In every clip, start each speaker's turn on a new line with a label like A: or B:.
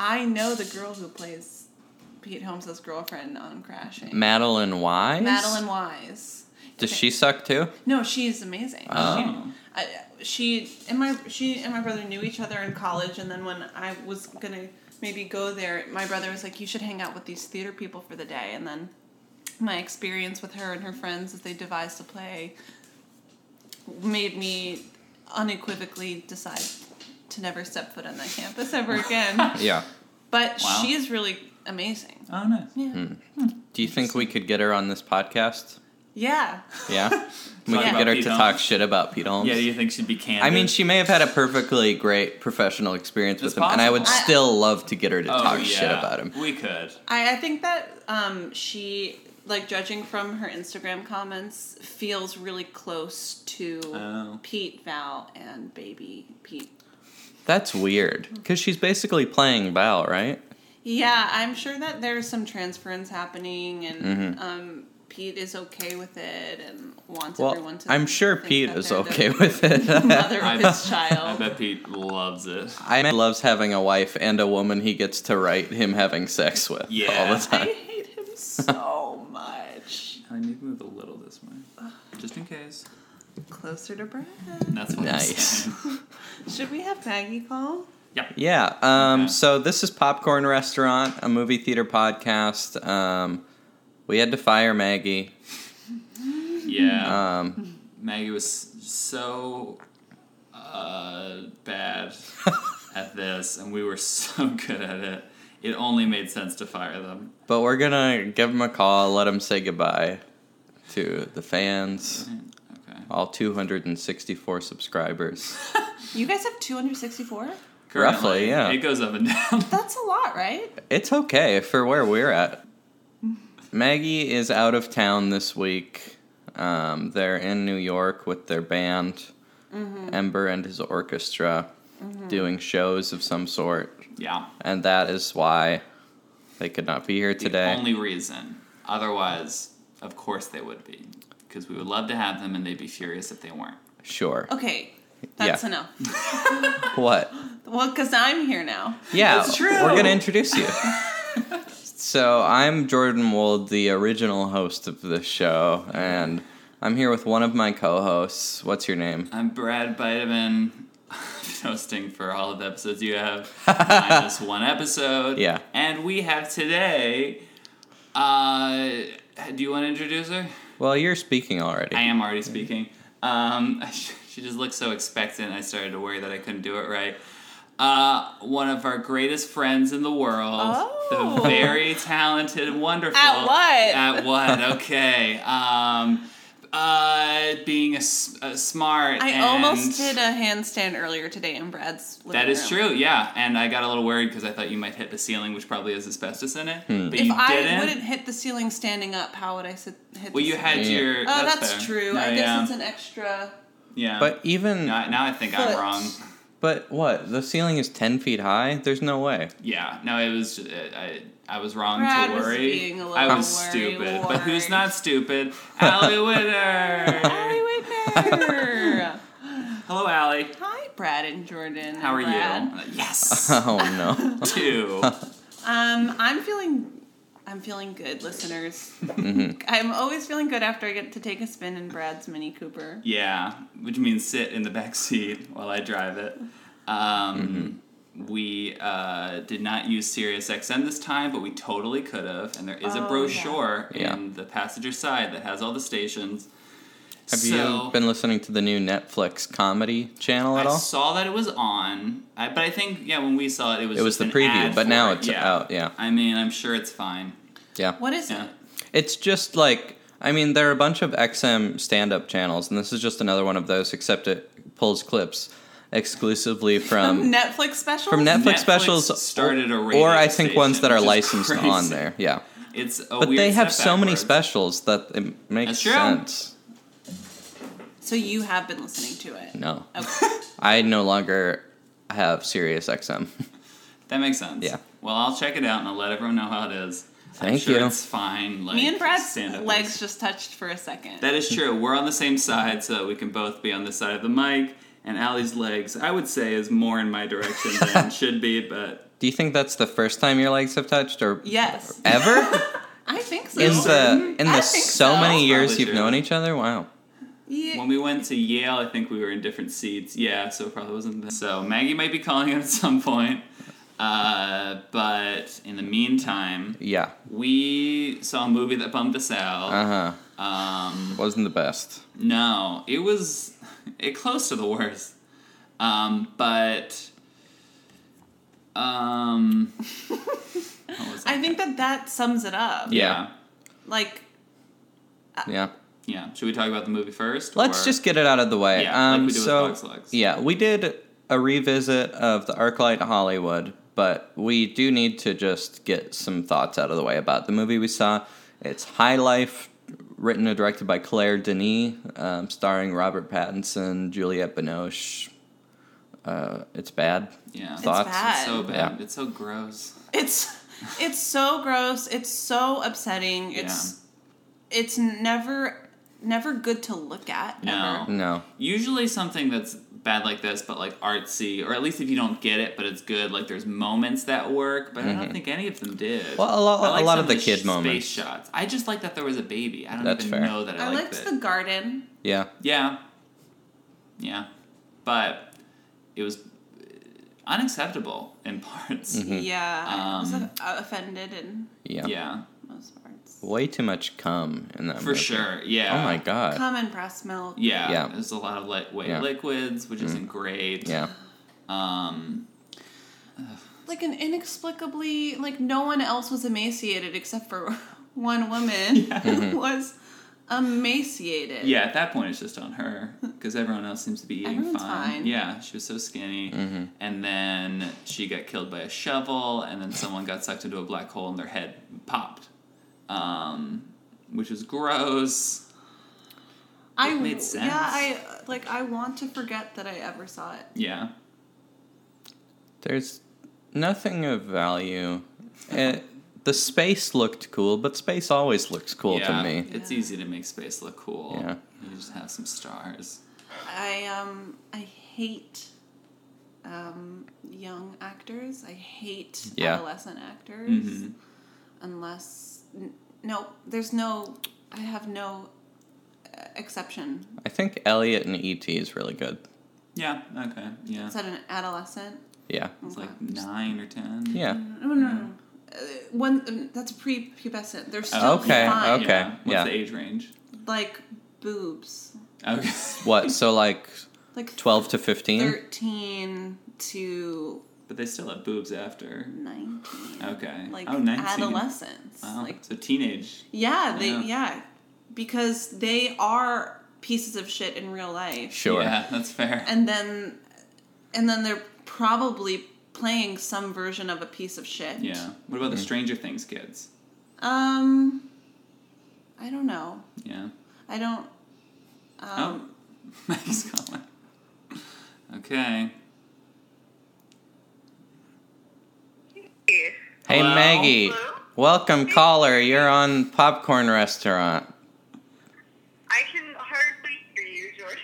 A: I know the girl who plays Pete Holmes' girlfriend on Crashing.
B: Madeline Wise.
A: Madeline Wise.
B: Does she suck too?
A: No, she's amazing.
B: Oh.
A: She, I, she and my she and my brother knew each other in college, and then when I was gonna maybe go there, my brother was like, "You should hang out with these theater people for the day." And then my experience with her and her friends as they devised a play made me unequivocally decide to never step foot on that campus ever again.
B: Yeah.
A: but
C: Wow.
A: she is really amazing.
C: Oh, nice.
A: Yeah.
B: Hmm. Do you think we could get her on this podcast?
A: Yeah.
B: Yeah. We
C: Talk
B: could
C: about
B: get her
C: Pete
B: to
C: Holmes?
B: talk shit about Pete Holmes.
C: Yeah, do you think she'd be candid?
B: I mean, she may have had a perfectly great professional experience with
C: It's
B: him, and I would
C: possible.
B: still love to get her to
C: Oh,
B: talk
C: yeah.
B: shit about him.
C: We could.
A: I, I think that um, she, like, judging from her Instagram comments, feels really close to
C: Oh.
A: Pete, Val, and baby Pete.
B: That's weird, because she's basically playing Val, right?
A: Yeah, I'm sure that there's some transference happening, and
B: Mm-hmm.
A: um, Pete is okay with it and wants
B: Well,
A: everyone to.
B: I'm sure
A: think
B: Pete
A: that
B: is
A: they're
B: okay
A: the
B: with it.
A: Mother
C: I-
A: of his
C: I
A: child.
C: bet Pete loves it.
B: I man loves having a wife and a woman he gets to write him having sex with all
C: Yeah.
B: the
A: I
B: time.
A: hate him so much.
C: I need to move a little this way, just in case.
A: Closer to Brad.
C: That's what I'm
B: Nice.
C: saying.
A: Should we have Maggie call?
C: yeah.
B: Yeah. Um,
C: Okay.
B: So this is Popcorn Restaurant, a movie theater podcast. Um, we had to fire Maggie.
C: Yeah.
B: Um,
C: Maggie was so uh, bad at this, and we were so good at it. It only made sense to fire them.
B: but we're gonna give him a call, let him say goodbye to the fans,
C: Okay.
B: all 264 subscribers.
A: You guys have 264?
B: Roughly, yeah.
C: It goes up and down.
A: That's a lot, right?
B: It's okay for where we're at. Maggie is out of town this week. Um, they're in New York with their band, Ember and his orchestra, doing shows of some sort.
C: yeah.
B: and that is why they could not be here today.
C: The only reason. Otherwise, of course they would be. Because we would love to have them, and they'd be furious if they weren't.
B: sure.
A: Okay, that's
B: Yeah.
A: enough.
B: What?
A: Well, because I'm here now.
B: Yeah,
C: That's true.
B: we're gonna introduce you. so I'm Jordan Wold, the original host of this show, and I'm here with one of my co-hosts. What's your name?
C: I'm Brad Biteman. Hosting for all of the episodes you have, minus one episode.
B: Yeah.
C: And we have today. Uh, do you want to introduce her?
B: Well, you're speaking already.
C: I am already speaking. Um, she just looked so expectant. I started to worry that I couldn't do it right. Uh, one of our greatest friends in the world,
A: Oh.
C: the very talented, wonderful.
A: At what?
C: At what? Okay. Um, uh, being a, s- a smart.
A: I
C: and
A: almost did a handstand earlier today in Brad's living
C: That is
A: room.
C: true. Yeah, and I got a little worried because I thought you might hit the ceiling, which probably has asbestos in it.
B: Hmm.
C: But
A: If
C: you
A: I
C: didn't.
A: wouldn't hit the ceiling standing up, how would I sit, hit
C: well,
A: the
C: you
A: ceiling?
C: had
B: Yeah.
C: your.
A: Oh, that's,
C: fair.
A: true.
C: No,
A: I guess
C: yeah.
A: it's an extra.
C: yeah.
B: But even
C: now, now I think
A: Foot.
C: I'm wrong.
B: but what? The ceiling is ten feet high. There's no way.
C: Yeah, no, it was. Just, I I was wrong
A: Brad
C: to
A: was
C: worry.
A: being a little
C: I was
A: worry
C: stupid, but who's
A: ward.
C: not stupid? Allie Winner.
A: Allie Whitner!
C: Hello, Allie.
A: Hi, Brad and Jordan.
C: How are
A: Brad.
C: you? Uh, Yes.
B: Oh no.
C: Two.
A: Um, I'm feeling, I'm feeling good, listeners.
C: Mm-hmm.
A: I'm always feeling good after I get to take a spin in Brad's Mini Cooper.
C: Yeah, which means sit in the back seat while I drive it. Um, We uh, did not use SiriusXM this time, but we totally could have. And there is
A: Oh,
C: a brochure
B: yeah.
C: in the passenger side that has all the stations.
B: Have
C: so,
B: you been listening to the new Netflix comedy channel at
C: I
B: all?
C: saw that it was on, I, but I think yeah, when we saw it, it was
B: It was
C: just
B: the
C: an
B: preview,
C: ad
B: but
C: for
B: now
C: it.
B: it's
C: yeah.
B: out, yeah.
C: I mean, I'm sure it's fine.
B: Yeah.
A: What is
C: Yeah,
A: it?
B: It's just like I mean, there are a bunch of XM stand-up channels, and this is just another one of those, except it pulls clips exclusively from
A: Netflix special.
B: Um, from Netflix,
C: Netflix
B: specials,
C: started a
B: or I
C: radio
B: think ones that
C: station,
B: are
C: which is
B: licensed
C: crazy.
B: on there. Yeah,
C: it's a
B: but
C: weird
B: they have
C: step
B: so many
C: backwards.
B: specials that it makes
C: That's true.
B: sense.
A: So you have been listening to it.
B: No,
A: Okay.
B: I no longer have Sirius XM.
C: That makes sense.
B: Yeah.
C: Well, I'll check it out and I'll let everyone know how it is. I'm
B: Thank
C: sure
B: you.
C: It's fine. Like,
A: Me and Brad's
C: stand-up
A: legs
C: is-
A: just touched for a second.
C: That is true. We're on the same side, so that we can both be on the side of the mic. And Allie's legs, I would say, is more in my direction than should be, but
B: Do you think that's the first time your legs have touched, or
A: Yes.
B: ever
A: I think so.
B: in the in
A: I
B: the
A: think
B: so
A: so.
B: many years
C: Probably
B: you've
C: true.
B: known each other? Wow.
A: Yeah.
C: When we went to Yale, I think we were in different seats. Yeah, so it probably wasn't that. So Maggie might be calling out at some point. Uh, but in the meantime,
B: Yeah.
C: we saw a movie that bummed us
B: Uh
C: out.
B: huh.
C: Um,
B: Wasn't the best.
C: No, it was it close to the worst. Um, but um, what was
A: I
C: it?
A: think that that sums it up.
C: yeah,
A: Like,
B: Yeah.
C: yeah. Should we talk about the movie first?
B: Let's
C: or-
B: just get it out of the way.
C: Yeah, like
B: um,
C: we do with
B: so
C: Box Lugs.
B: yeah, we did a revisit of the ArcLight Hollywood, but we do need to just get some thoughts out of the way about the movie we saw. It's High Life, written and directed by Claire Denis, um, starring Robert Pattinson, Juliette Binoche. Uh, it's bad.
C: yeah.
B: Thoughts?
A: bad.
C: It's so bad.
B: Yeah.
C: It's so gross.
A: it's it's so gross. It's so upsetting. It's it's never never good to look at.
C: No.
A: ever.
B: No.
C: Usually something that's bad like this, but like artsy, or at least if you don't get it, but it's good. Like there's moments that work, but I don't think any of them did.
B: Mm-hmm. Well, a lot-
C: I
B: a lot
C: some
B: of the
C: sh-
B: kid
C: space
B: moments.
C: shots. I just like that there was a baby. I don't
B: That's
C: even
B: fair.
C: know that I,
A: I
C: liked
A: liked
C: it.
A: the garden.
B: Yeah.
C: Yeah. Yeah. But it was uh, unacceptable in parts.
A: Yeah, I was
C: Um,
A: uh, offended in
B: Mm-hmm. Yeah.
C: Yeah.
A: most parts.
B: Way too much cum in that
C: For
B: movie.
C: sure. Yeah.
B: Oh my god.
A: Common breast milk.
C: Yeah.
B: Yeah.
C: There's a lot of lightweight
B: Yeah. Mm-hmm.
C: liquids, which isn't great.
B: Yeah.
C: Um
A: Like an inexplicably like no one else was emaciated except for one woman who was emaciated.
C: yeah, at that point it's just on her because everyone else seems to be eating
A: Everyone's fine.
C: Yeah, she was so skinny,
B: Mm-hmm.
C: and then she got killed by a shovel, and then someone got sucked into a black hole and their head popped, um, which was gross.
A: I
C: It made sense.
A: yeah I like I want to forget that I ever saw it.
C: Yeah,
B: There's nothing of value. It, the space looked cool, but space always looks cool
C: yeah,
B: to me.
C: It's
A: Yeah.
C: easy to make space look cool.
B: Yeah.
C: You just have some stars.
A: I um I hate um young actors. I hate
B: Yeah.
A: adolescent actors.
C: Mhm.
A: Unless n- no, there's no. I have no uh, exception.
B: I think Elliot and E.T. is really good.
C: Yeah, okay. Yeah.
A: Is that an adolescent?
B: Yeah.
C: It's
A: Okay.
C: like nine or ten.
B: Yeah.
A: No, no, no. no. Uh, one um, that's prepubescent. They're still
C: Oh,
B: Okay,
A: fine.
B: okay.
C: Yeah. What's
B: yeah.
C: the age range?
A: Like boobs.
C: Okay.
B: What? So like
A: Like
B: 12 to 15?
A: thirteen to
C: But they still have boobs after.
A: nineteen.
C: Okay.
A: Like
C: oh, 19.
A: adolescents.
C: Wow.
A: Like
C: so teenage.
A: Yeah, they
C: Yeah.
A: yeah. Because they are pieces of shit in real life.
B: Sure.
C: Yeah, that's fair.
A: And then and then they're probably playing some version of a piece of shit.
C: yeah. What about the
B: Mm-hmm.
C: Stranger Things kids?
A: Um I don't know.
C: Yeah.
A: I don't um
C: oh, Maggie's calling. Okay.
D: Yes.
B: Hey,
C: Hello?
B: Maggie.
D: Hello?
B: Welcome, caller. You're on Popcorn Restaurant.
D: I can hardly hear you, George.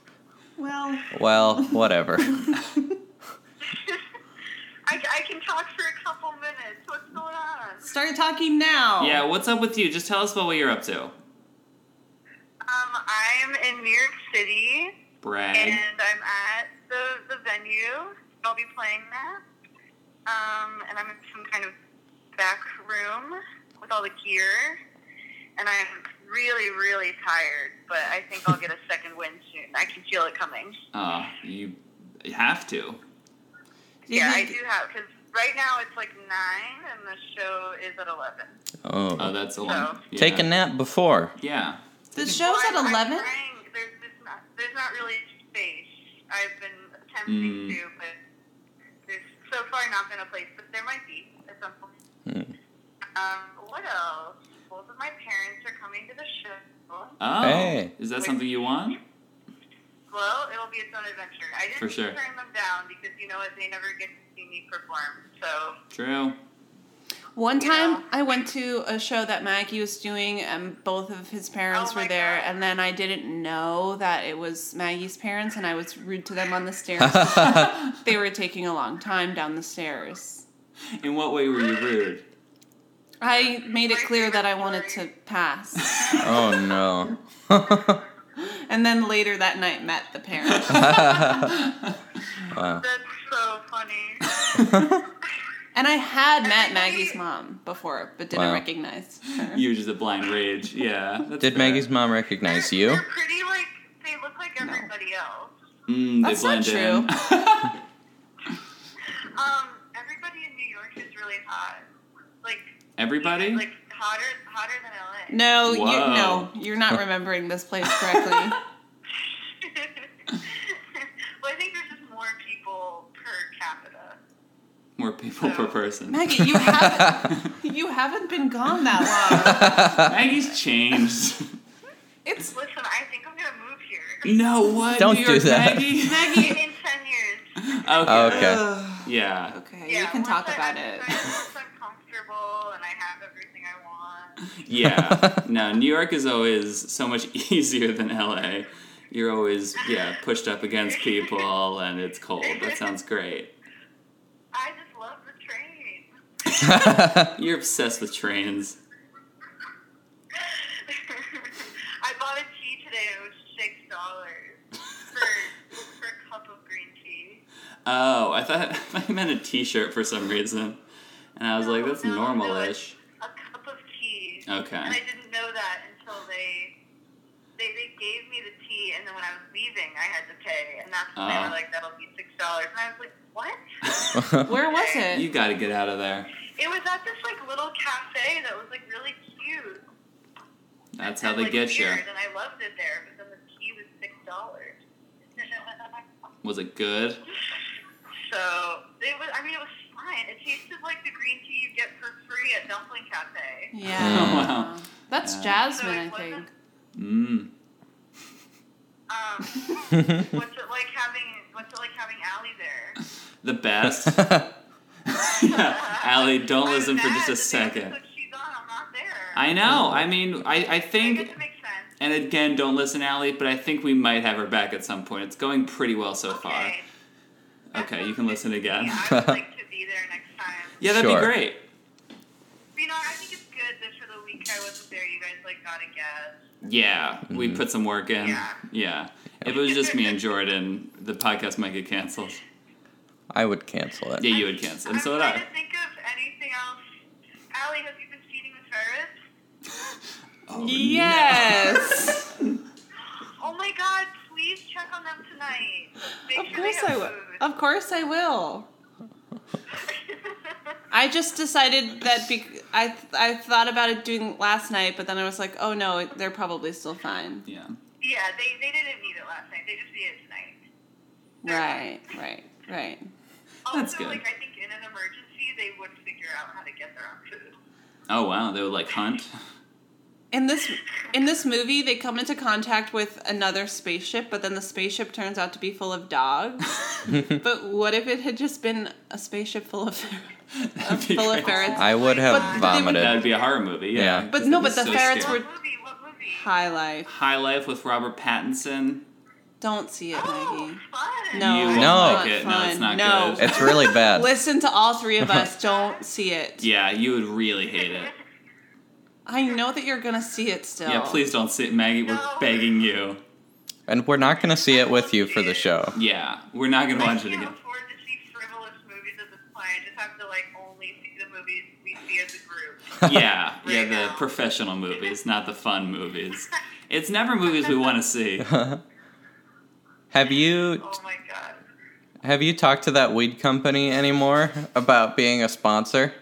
C: Oh.
A: well
B: Well, whatever. Oh.
D: I, I can talk for a couple minutes. What's going on?
A: start talking now.
C: Yeah, what's up with you? Just tell us about what you're up to.
D: Um, I'm in New York City,
C: Brag.
D: and I'm at the, the venue. I'll be playing that. Um, and I'm in some kind of back room with all the gear. And I'm really, really tired, but I think I'll get a second wind soon. I can feel it coming.
C: Oh, you you have to.
A: Did
D: Yeah, I
A: you-
D: do have, because right now it's like 9, and the show is at 11.
B: Oh.
C: Oh, that's a long.
D: So-
C: Yeah.
B: Take a nap before.
C: Yeah.
A: The show's
D: Well,
A: at
D: I'm- I'm
A: eleven?
D: trying. There's just not, there's not really space. I've been attempting
C: Mm.
D: to, but there's so far not been a place. But there might be at some point.
B: Hmm.
D: Um, what else? Both of my parents are coming to the show.
C: Oh.
B: Hey.
C: Is that something you want?
D: Well, it'll be its own adventure. I didn't
C: For sure.
D: turn them down because you know what? They never get to see me perform. So
C: True.
A: One
D: Yeah.
A: time I went to a show that Maggie was doing and both of his parents
D: Oh
A: were
D: my
A: there
D: God.
A: and then I didn't know that it was Maggie's parents and I was rude to them on the stairs.
B: Oh,
A: they were taking a long time down the stairs.
C: In what way were you rude?
A: I made it
D: My
A: clear that I
D: favorite
A: wanted to
D: story.
A: pass.
B: oh no.
A: And then later that night met the parents.
B: wow.
D: That's so funny.
A: And I had met Maggie's mom before, but didn't
B: Wow.
A: recognize her.
C: You were just a blind rage. Yeah. that's
B: Did
C: fair.
B: Maggie's mom recognize
D: They're-
B: you?
D: They're pretty like they look like everybody else.
C: Mm, they
A: That's not
C: blend in.
D: Um, everybody in New York is really hot. Like
C: Everybody?
D: Like hotter, hotter than LA.
A: No, you
C: Whoa.
A: no, you're not remembering this place correctly.
D: well, I think there's just more people per capita.
C: More people per person.
A: Maggie, you haven't you haven't been gone that long.
C: Maggie's changed.
A: It's
D: Listen, I think I'm gonna move here.
C: no, what?
B: Don't
C: New
B: do
C: York
B: that.
C: Maggie?
D: In
A: Maggie.
D: ten years.
C: okay.
B: okay.
A: Ugh.
C: Yeah.
A: Okay,
D: Yeah,
A: you can
D: once
A: talk
D: I-
A: about
D: once
A: it.
D: I- Once I'm comfortable and I have everything I
C: Yeah.
D: want.
C: No, New York is always so much easier than LA. You're always, yeah, pushed up against people and it's cold. That sounds great.
D: I just love the train.
C: You're obsessed with trains.
D: I bought a tea today. It was six dollars for for a cup of green tea.
C: Oh, I thought, I thought you meant a t shirt for some reason. And I was like, that's
D: No, no, no,
C: normalish.
D: A cup of tea.
C: Okay.
D: And I didn't know that until they they they gave me the tea, and then when I was leaving, I had to pay, and that's when they
C: Oh.
D: were like, "That'll be six dollars," and I was like, "What?"
A: Where was it?
C: You gotta get out of there.
D: It was at this like little cafe that was like really cute.
C: That's how
D: and,
C: they
D: like,
C: get you.
D: weird, And I loved it there, but then the tea was six dollars.
C: Was it good?
D: So it was. I mean, it was fine. It tasted like the green tea you get for free at Dumpling Cafe.
A: Yeah.
C: Oh, Wow.
A: That's
C: Yeah.
A: Jasmine, I
D: So it
A: think.
D: wasn't-
C: Mmm.
D: Um, what's it like having What's it like having Allie there?
C: The best. yeah. Allie, don't
D: I'm
C: listen for
D: mad
C: just a
D: that the
C: second.
D: episode she's on, I'm not there.
C: I know. I mean, I, I
D: I
C: think,
D: guess it makes sense.
C: and again, don't listen, Allie, but I think we might have her back at some point. It's going pretty well so far.
D: Okay.
C: Okay, you can listen again.
D: Yeah, I would like to be there next time.
C: Yeah, that'd
B: Sure.
C: be great.
D: You know, I think it's good that for the week I wasn't there, you guys like got a guess.
C: Yeah, we put some work in.
D: Yeah.
C: Yeah. If it was just me and Jordan, the podcast might get canceled.
B: I would cancel it.
C: Yeah, you would cancel, and so
D: I'm
C: would
D: trying
C: I.
D: to think of anything else. Allie, have you been feeding the ferrets?
C: Oh,
A: Yes.
D: Oh my god, please check on them tonight. Make
A: of
D: sure
A: course
D: they
A: I
D: have
A: will.
D: food.
A: Of course I will. I just decided that be- I I thought about it doing last night, but then I was like, oh no, they're probably still fine.
C: Yeah.
D: yeah, they, they didn't need it last night. They just need it tonight.
A: Right, right, right.
D: Also,
C: That's good.
D: like I think in an emergency they would figure out how to get their own food.
C: Oh, wow. They would like hunt.
A: In this in this movie, they come into contact with another spaceship, but then the spaceship turns out to be full of dogs. but what if it had just been a spaceship full of
C: That'd be
A: full of
C: great.
A: ferrets?
B: I
A: But
B: would have
A: they
C: That would
B: vomited.
C: be a horror movie, yeah.
B: Yeah.
A: But
C: 'cause
A: no,
C: that'd be
A: but the
C: so
A: ferrets
C: scary.
A: were-
D: What movie? What movie?
A: High life.
C: High Life with Robert Pattinson.
A: Don't see it,
D: Oh,
A: Maggie.
D: fun.
A: No,
C: You
A: it's
C: won't
A: not
C: like it. No, it's
A: fun.
C: not
A: No.
C: good.
B: It's really bad.
A: Listen to all three of us. Don't see it.
C: Yeah, you would really hate it.
A: I know that you're gonna see it still.
C: Yeah, please don't sit, Maggie. We're
D: No.
C: begging you.
B: And we're not going to see it with you for the show.
C: Yeah, we're not gonna
D: I
C: watch it
D: can't
C: again.
D: afford to see frivolous movies at this point. I just have to like only see the movies we see as a group.
C: Yeah, yeah,
D: Right
C: the
D: now.
C: professional movies, not the fun movies. It's never movies we want to see.
B: Have you
D: Oh my god.
B: have you talked to that weed company anymore about being a sponsor?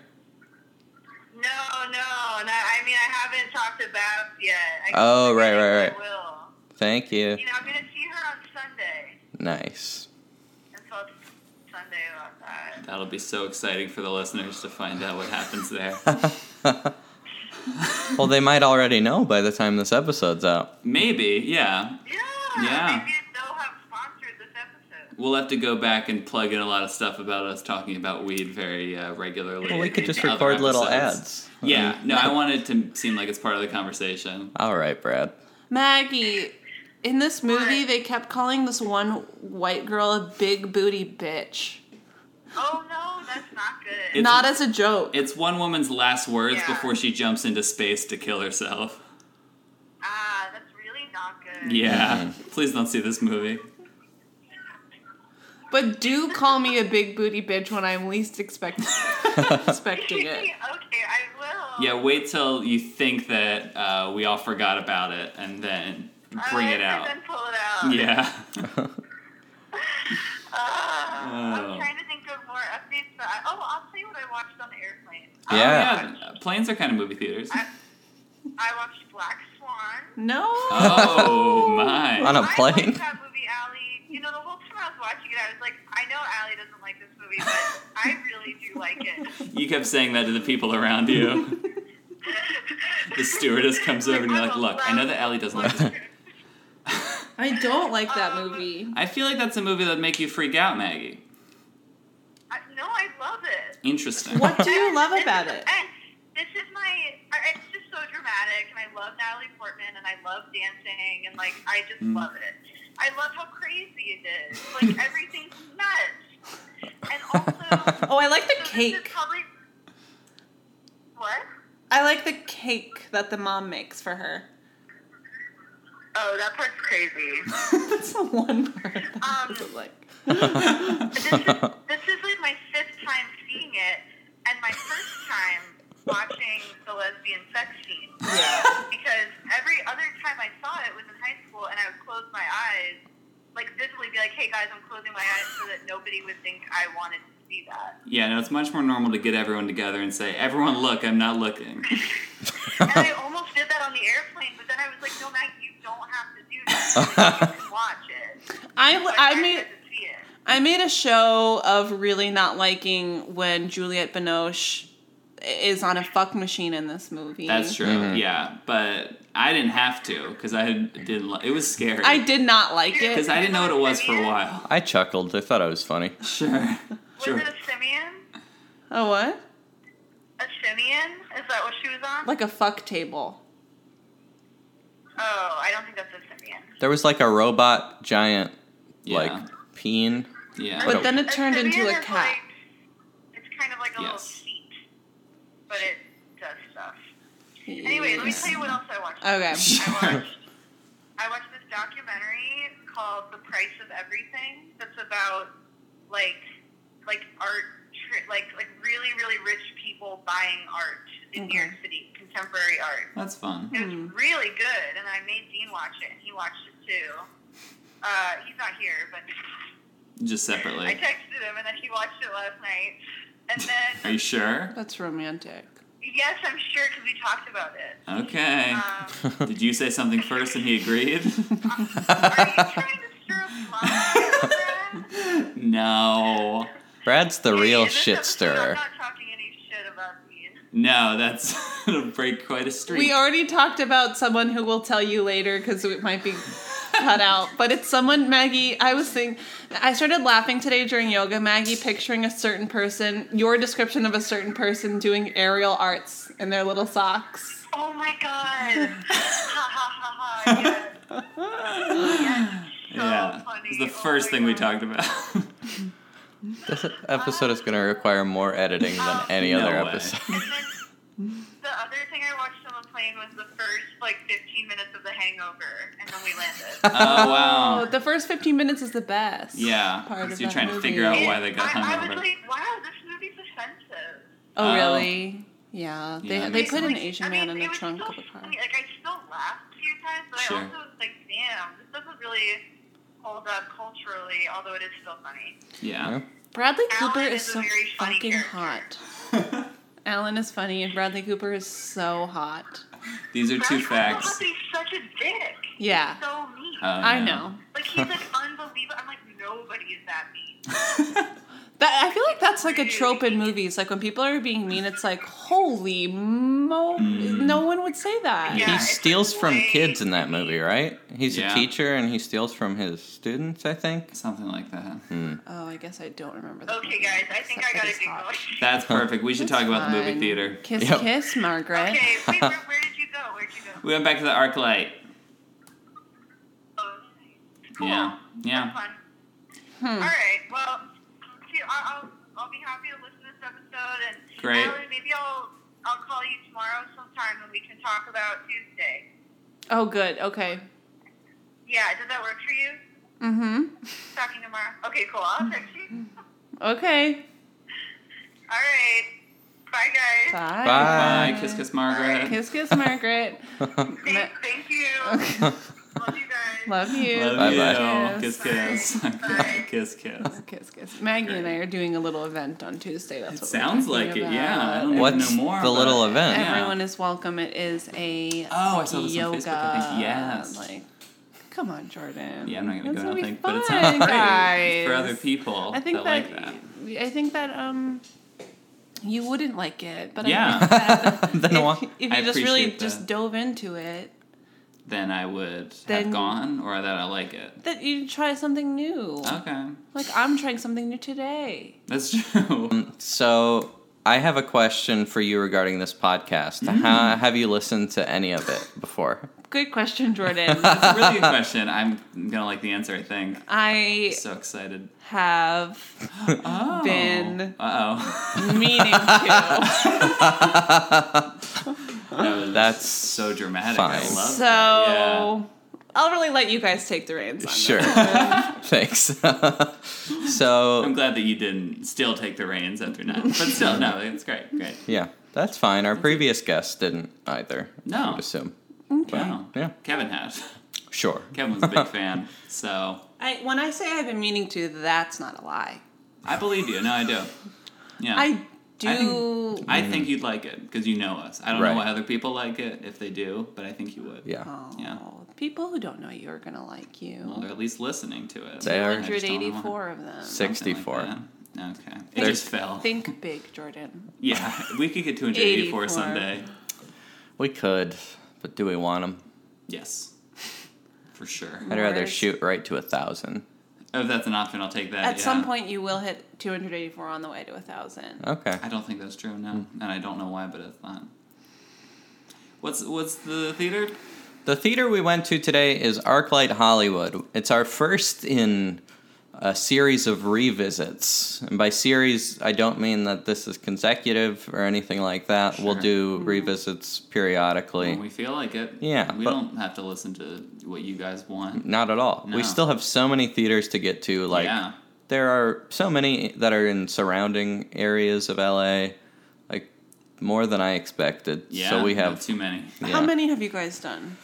D: No, no, no. I mean, I haven't talked to Babs yet. I
B: Oh, right, right,
D: I
B: right.
D: will.
B: Thank you.
D: You know, I'm gonna see her on Sunday,
B: Nice.
D: and so I'll talk to Sunday about that.
C: That'll be so exciting for the listeners to find out what happens there.
B: Well, they might already know by the time this episode's out.
C: Maybe, yeah.
D: Yeah.
C: Yeah.
D: Maybe they'll have sponsored this episode.
C: We'll have to go back and plug in a lot of stuff about us talking about weed very uh, regularly.
B: Well, we could just
C: into other
B: record little
C: episodes.
B: ads. Um,
C: Yeah, no, I want it to seem like it's part of the conversation.
B: All right, Brad.
A: Maggie, in this movie,
D: What?
A: they kept calling this one white girl a big booty bitch.
D: Oh no, that's not good.
C: It's-
A: Not as a joke.
C: It's one woman's last words
D: Yeah.
C: before she jumps into space to kill herself.
D: ah, that's really not good.
C: Yeah, please don't see this movie.
A: But do call me a big booty bitch when I'm least expect- expecting it.
D: okay, I will.
C: Yeah, wait till you think that uh, we all forgot about it and then bring
D: I
C: it out.
D: Uh, Then pull it out.
C: Yeah.
D: Ah,
C: Oh.
D: I'm trying to think of more updates. But I, oh, I'll tell you what I watched on the airplane.
B: Yeah.
C: Oh, yeah. Planes are kind of movie theaters.
D: I, I watched Black Swan.
A: No.
C: Oh my.
B: On a
D: I
B: plane?
D: liked that movie, Allie. You know, the whole time I was watching it, I was like, I know Allie doesn't like this movie, but I really do like it.
C: You kept saying that to the people around you. The stewardess comes over and you're like, "Look, I know that Allie doesn't like this."
A: I don't like that
D: Um,
A: movie.
C: I feel like that's a movie that'd make you freak out, Maggie.
D: I, no, I love it.
C: Interesting.
A: What do you
D: And
A: love
D: this
A: about
D: is-
A: it?
D: And this is my. I- It's just so dramatic, and I love Natalie Portman, and I love dancing, and like I just
C: Mm.
D: love it. I love how crazy it is. Like everything's nuts, and also
A: Oh, I like the
D: so this is
A: cake.
D: probably what?
A: I like the cake that the mom makes for her.
D: Oh, that part's crazy.
A: That's the one part that I
D: Um,
A: wasn't like.
D: this is this is like my fifth time seeing it, and my first time watching the lesbian sex scene. Because every other time I saw it was in high school, and I would close my eyes, like visibly be like, "Hey guys, I'm closing my eyes so that nobody would think I wanted to see that."
C: Yeah, no, it's much more normal to get everyone together and say, "Everyone, look, I'm not looking."
D: And I almost did that on the airplane, but then I was like, "No, Matt, you don't have to do that. You can watch it."
A: I,
D: But
A: I
D: had
A: made
D: to see it.
A: I made a show of really not liking when Juliette Binoche is on a fuck machine in this movie.
C: That's true. Yeah, but I didn't have to because I didn't. Li- it was scary.
A: I did not like it.
C: because I didn't know what it was for a while.
B: I chuckled. I thought it was funny.
C: Sure.
D: Was
C: Sure.
D: it a simian?
A: oh what?
D: A simian? Is that what she was on?
A: Like a fuck table.
D: Oh, I don't think that's a simian.
B: There was like a robot giant,
C: Yeah.
B: like peen.
C: Yeah.
A: But then it
D: A
A: turned into
D: simian
A: a
D: is
A: cat.
D: Like, it's kind of like a little
C: Yes.
D: seat, but it does stuff. Anyway, let me tell you what else I watched.
A: Okay.
D: I watched, I watched this documentary called "The Price of Everything." That's about like like art, tr- like like really really rich people buying art in
A: Okay. Hmm.
D: New York City, contemporary art.
C: That's fun.
D: It was really good, and I made Dean watch it, and he watched it too. Uh, he's not here, but
C: Just
D: I
C: separately.
D: texted him, and then he watched it last night. And
C: Are
D: then,
C: you sure?
A: That's romantic.
D: yes, I'm sure because we talked about it.
C: Okay.
D: Um,
C: Did you say something first and he agreed?
D: are you trying to stir up love?
C: no.
B: Brad's the real
D: in this
B: shit
D: episode, I'm
B: stirrer.
D: not talking any shit about Dean.
C: No, that's gonna break quite a streak.
A: We already talked about someone who will tell you later because it might be cut out. But it's someone, Maggie. I was thinking, I started laughing today during yoga, Maggie, picturing a certain person, your description of a certain person doing aerial arts in their little socks.
D: Oh my god! ha ha ha ha! Yes. Yes, so
C: yeah.
D: funny.
C: It's the
D: Oh
C: first
D: my
C: thing we
D: God.
C: talked about.
B: This episode is going to require more editing than any
C: No
B: other
C: way.
B: episode.
D: And then the other thing I watched on the plane was the first like 15 minutes of The Hangover, and then we landed.
C: oh wow.
A: Oh, the first 15 minutes is the best.
C: yeah.
A: part of
C: So you're
A: that
C: trying to
A: movie.
C: figure out why they got
D: I, I
C: hung
D: was
C: over.
D: like, wow, this movie's offensive.
A: Oh,
C: Oh.
A: really? Yeah. They,
C: Yeah,
A: they
C: makes
A: put an
D: Like,
A: Asian
D: I
A: man
D: mean,
A: in
D: it
A: the
D: was
A: trunk
D: still
A: of a car.
D: funny. Like I still laughed a few times, but
C: Sure.
D: I also was like, damn, this doesn't really hold up culturally, although it is still funny.
C: yeah.
A: Bradley
D: Alan
A: Cooper is,
D: is a
A: so
D: very funny
A: fucking
D: character.
A: hot. Alan is funny, and Bradley Cooper is so hot.
C: These are two
D: That's why
C: facts.
D: "Oh, He's such a dick.
A: Yeah. Uh.
D: He's so mean.
C: Oh,
A: I
C: yeah.
A: know.
D: like he's like unbelievable. I'm like nobody is that mean.
A: That I feel like that's like a trope in movies. Like when people are being mean, it's like holy mo.
C: Mm.
A: No one would say that.
D: Yeah,
B: he
D: it's
B: steals
D: like
B: from
D: way-
B: kids in that movie, right? He's
C: Yeah.
B: a teacher and he steals from his students, I think.
C: Something like that.
A: Oh, I guess I don't remember. That
D: Okay, guys, I think I gotta get going.
C: That's perfect. We should talk about the movie
A: Fine.
C: theater.
A: Kiss,
B: Yep.
A: kiss, Margaret.
D: Okay, wait, where, where did you go? Where'd you go?
C: We went back to the arc light.
D: Oh, cool.
C: Yeah. Yeah.
D: That's fun. All right. Well, see, I'll, I'll, I'll be happy to listen to this episode. And
C: Great.
D: Allie, maybe I'll I'll call you tomorrow sometime and we can talk about Tuesday.
A: Oh, good. Okay.
D: Yeah. Does that work for you?
A: Mm-hmm.
D: Talking tomorrow. Okay. Cool. I'll text you.
A: Okay.
D: All right. Bye, guys.
A: Bye.
B: Bye.
C: Bye. Kiss, kiss, Margaret.
A: Kiss, kiss, Margaret.
D: Thank, thank you. Love you guys.
A: Love you.
C: Love
B: Bye-bye.
C: you. Kiss,
A: Kiss.
C: kiss.
D: Bye.
C: kiss, kiss.
A: Kiss, kiss. Maggie and I are doing a little event on Tuesday. That's
C: It
A: what
C: sounds
A: we're talking
C: like it,
A: about.
C: yeah. I don't know.
B: What's
C: know more
B: the
C: about
B: little
C: it.
B: event?
C: Yeah.
A: Everyone is welcome. It is a
C: Oh, I saw this on
A: yoga.
C: Facebook, I think. Yes.
A: Like, come on, Jordan.
C: Yeah, I'm not gonna
A: That's
C: go. I don't
A: be
C: think,
A: fun,
C: but it sounds great
A: guys.
C: for other people.
A: I think
C: that,
A: that,
C: like that.
A: I think that um you wouldn't like it, but
C: Yeah.
A: I think that
B: Then
A: if,
B: why?
A: if
C: I
A: you just really
C: appreciate that.
A: just dove into it,
C: Then I would have
A: Then-
C: gone, or that I like it.
A: that you try something new.
C: Okay,
A: Like I'm trying something new today.
C: that's true.
B: So I have a question for you regarding this podcast.
C: Mm.
B: Ha- have you listened to any of it before?
A: Good question, Jordan.
C: That's a really good question. I'm gonna like the answer. I think.
A: I
C: So excited.
A: have
C: Oh.
A: Been-
C: Uh oh.
A: meaning to.
B: That's
C: so dramatic. I
B: fine.
C: love
A: So
C: that.
A: I'll really let you guys take the reins on
B: Sure.
A: this.
B: Thanks.
C: I'm
B: so
C: glad that you didn't still take the reins after nine, but still, no, it's great, great.
B: yeah, that's fine. Our previous guest didn't either. I
C: No.
B: would assume.
C: Wow.
B: Yeah.
C: Kevin has.
B: Sure.
C: Kevin was a big fan, so
A: I, when I say I've been meaning to, that's not a lie.
C: I believe you. No, I do. Yeah.
A: I do.
C: I think, I think you'd like it because you know us. I don't
B: Right.
C: know why other people like it if they do, but I think you would.
B: Yeah.
A: Oh,
C: Yeah.
A: people who don't know you are gonna like you.
C: Well, they're at least listening to it.
B: They are.
C: I just don't know why.
A: 184 of them.
B: Six.
C: Something
B: 64.
C: Like that. okay. It
B: There's-
C: just fell.
A: Think big, Jordan.
C: yeah, we could get 284
A: 84.
C: someday.
B: We could, but do we want them?
C: Yes. For sure.
B: I'd rather
A: Mars.
B: shoot right to a thousand.
C: Oh, if that's an option, I'll take that.
A: At
C: yeah.
A: some point, you will hit 284 on the way to 1,000.
B: Okay.
C: I don't think that's true, no.
B: Hmm.
C: And I don't know why, but it's not. What's what's the theater?
B: The theater we went to today is ArcLight Hollywood. It's our first in a series of revisits. And by series, I don't mean that this is consecutive or anything like that. We'll
C: Sure.
B: do revisits periodically.
C: When we feel like it.
B: Yeah,
C: We
B: but-
C: don't have to listen to what you guys want.
B: Not at all.
C: No.
B: We still have so many theaters to get to. Like,
C: yeah.
B: there are so many that are in surrounding areas of LA, like more than I expected.
C: Yeah.
B: so we
C: not
B: have.
C: too many.
A: How
B: yeah.
A: many have you guys done?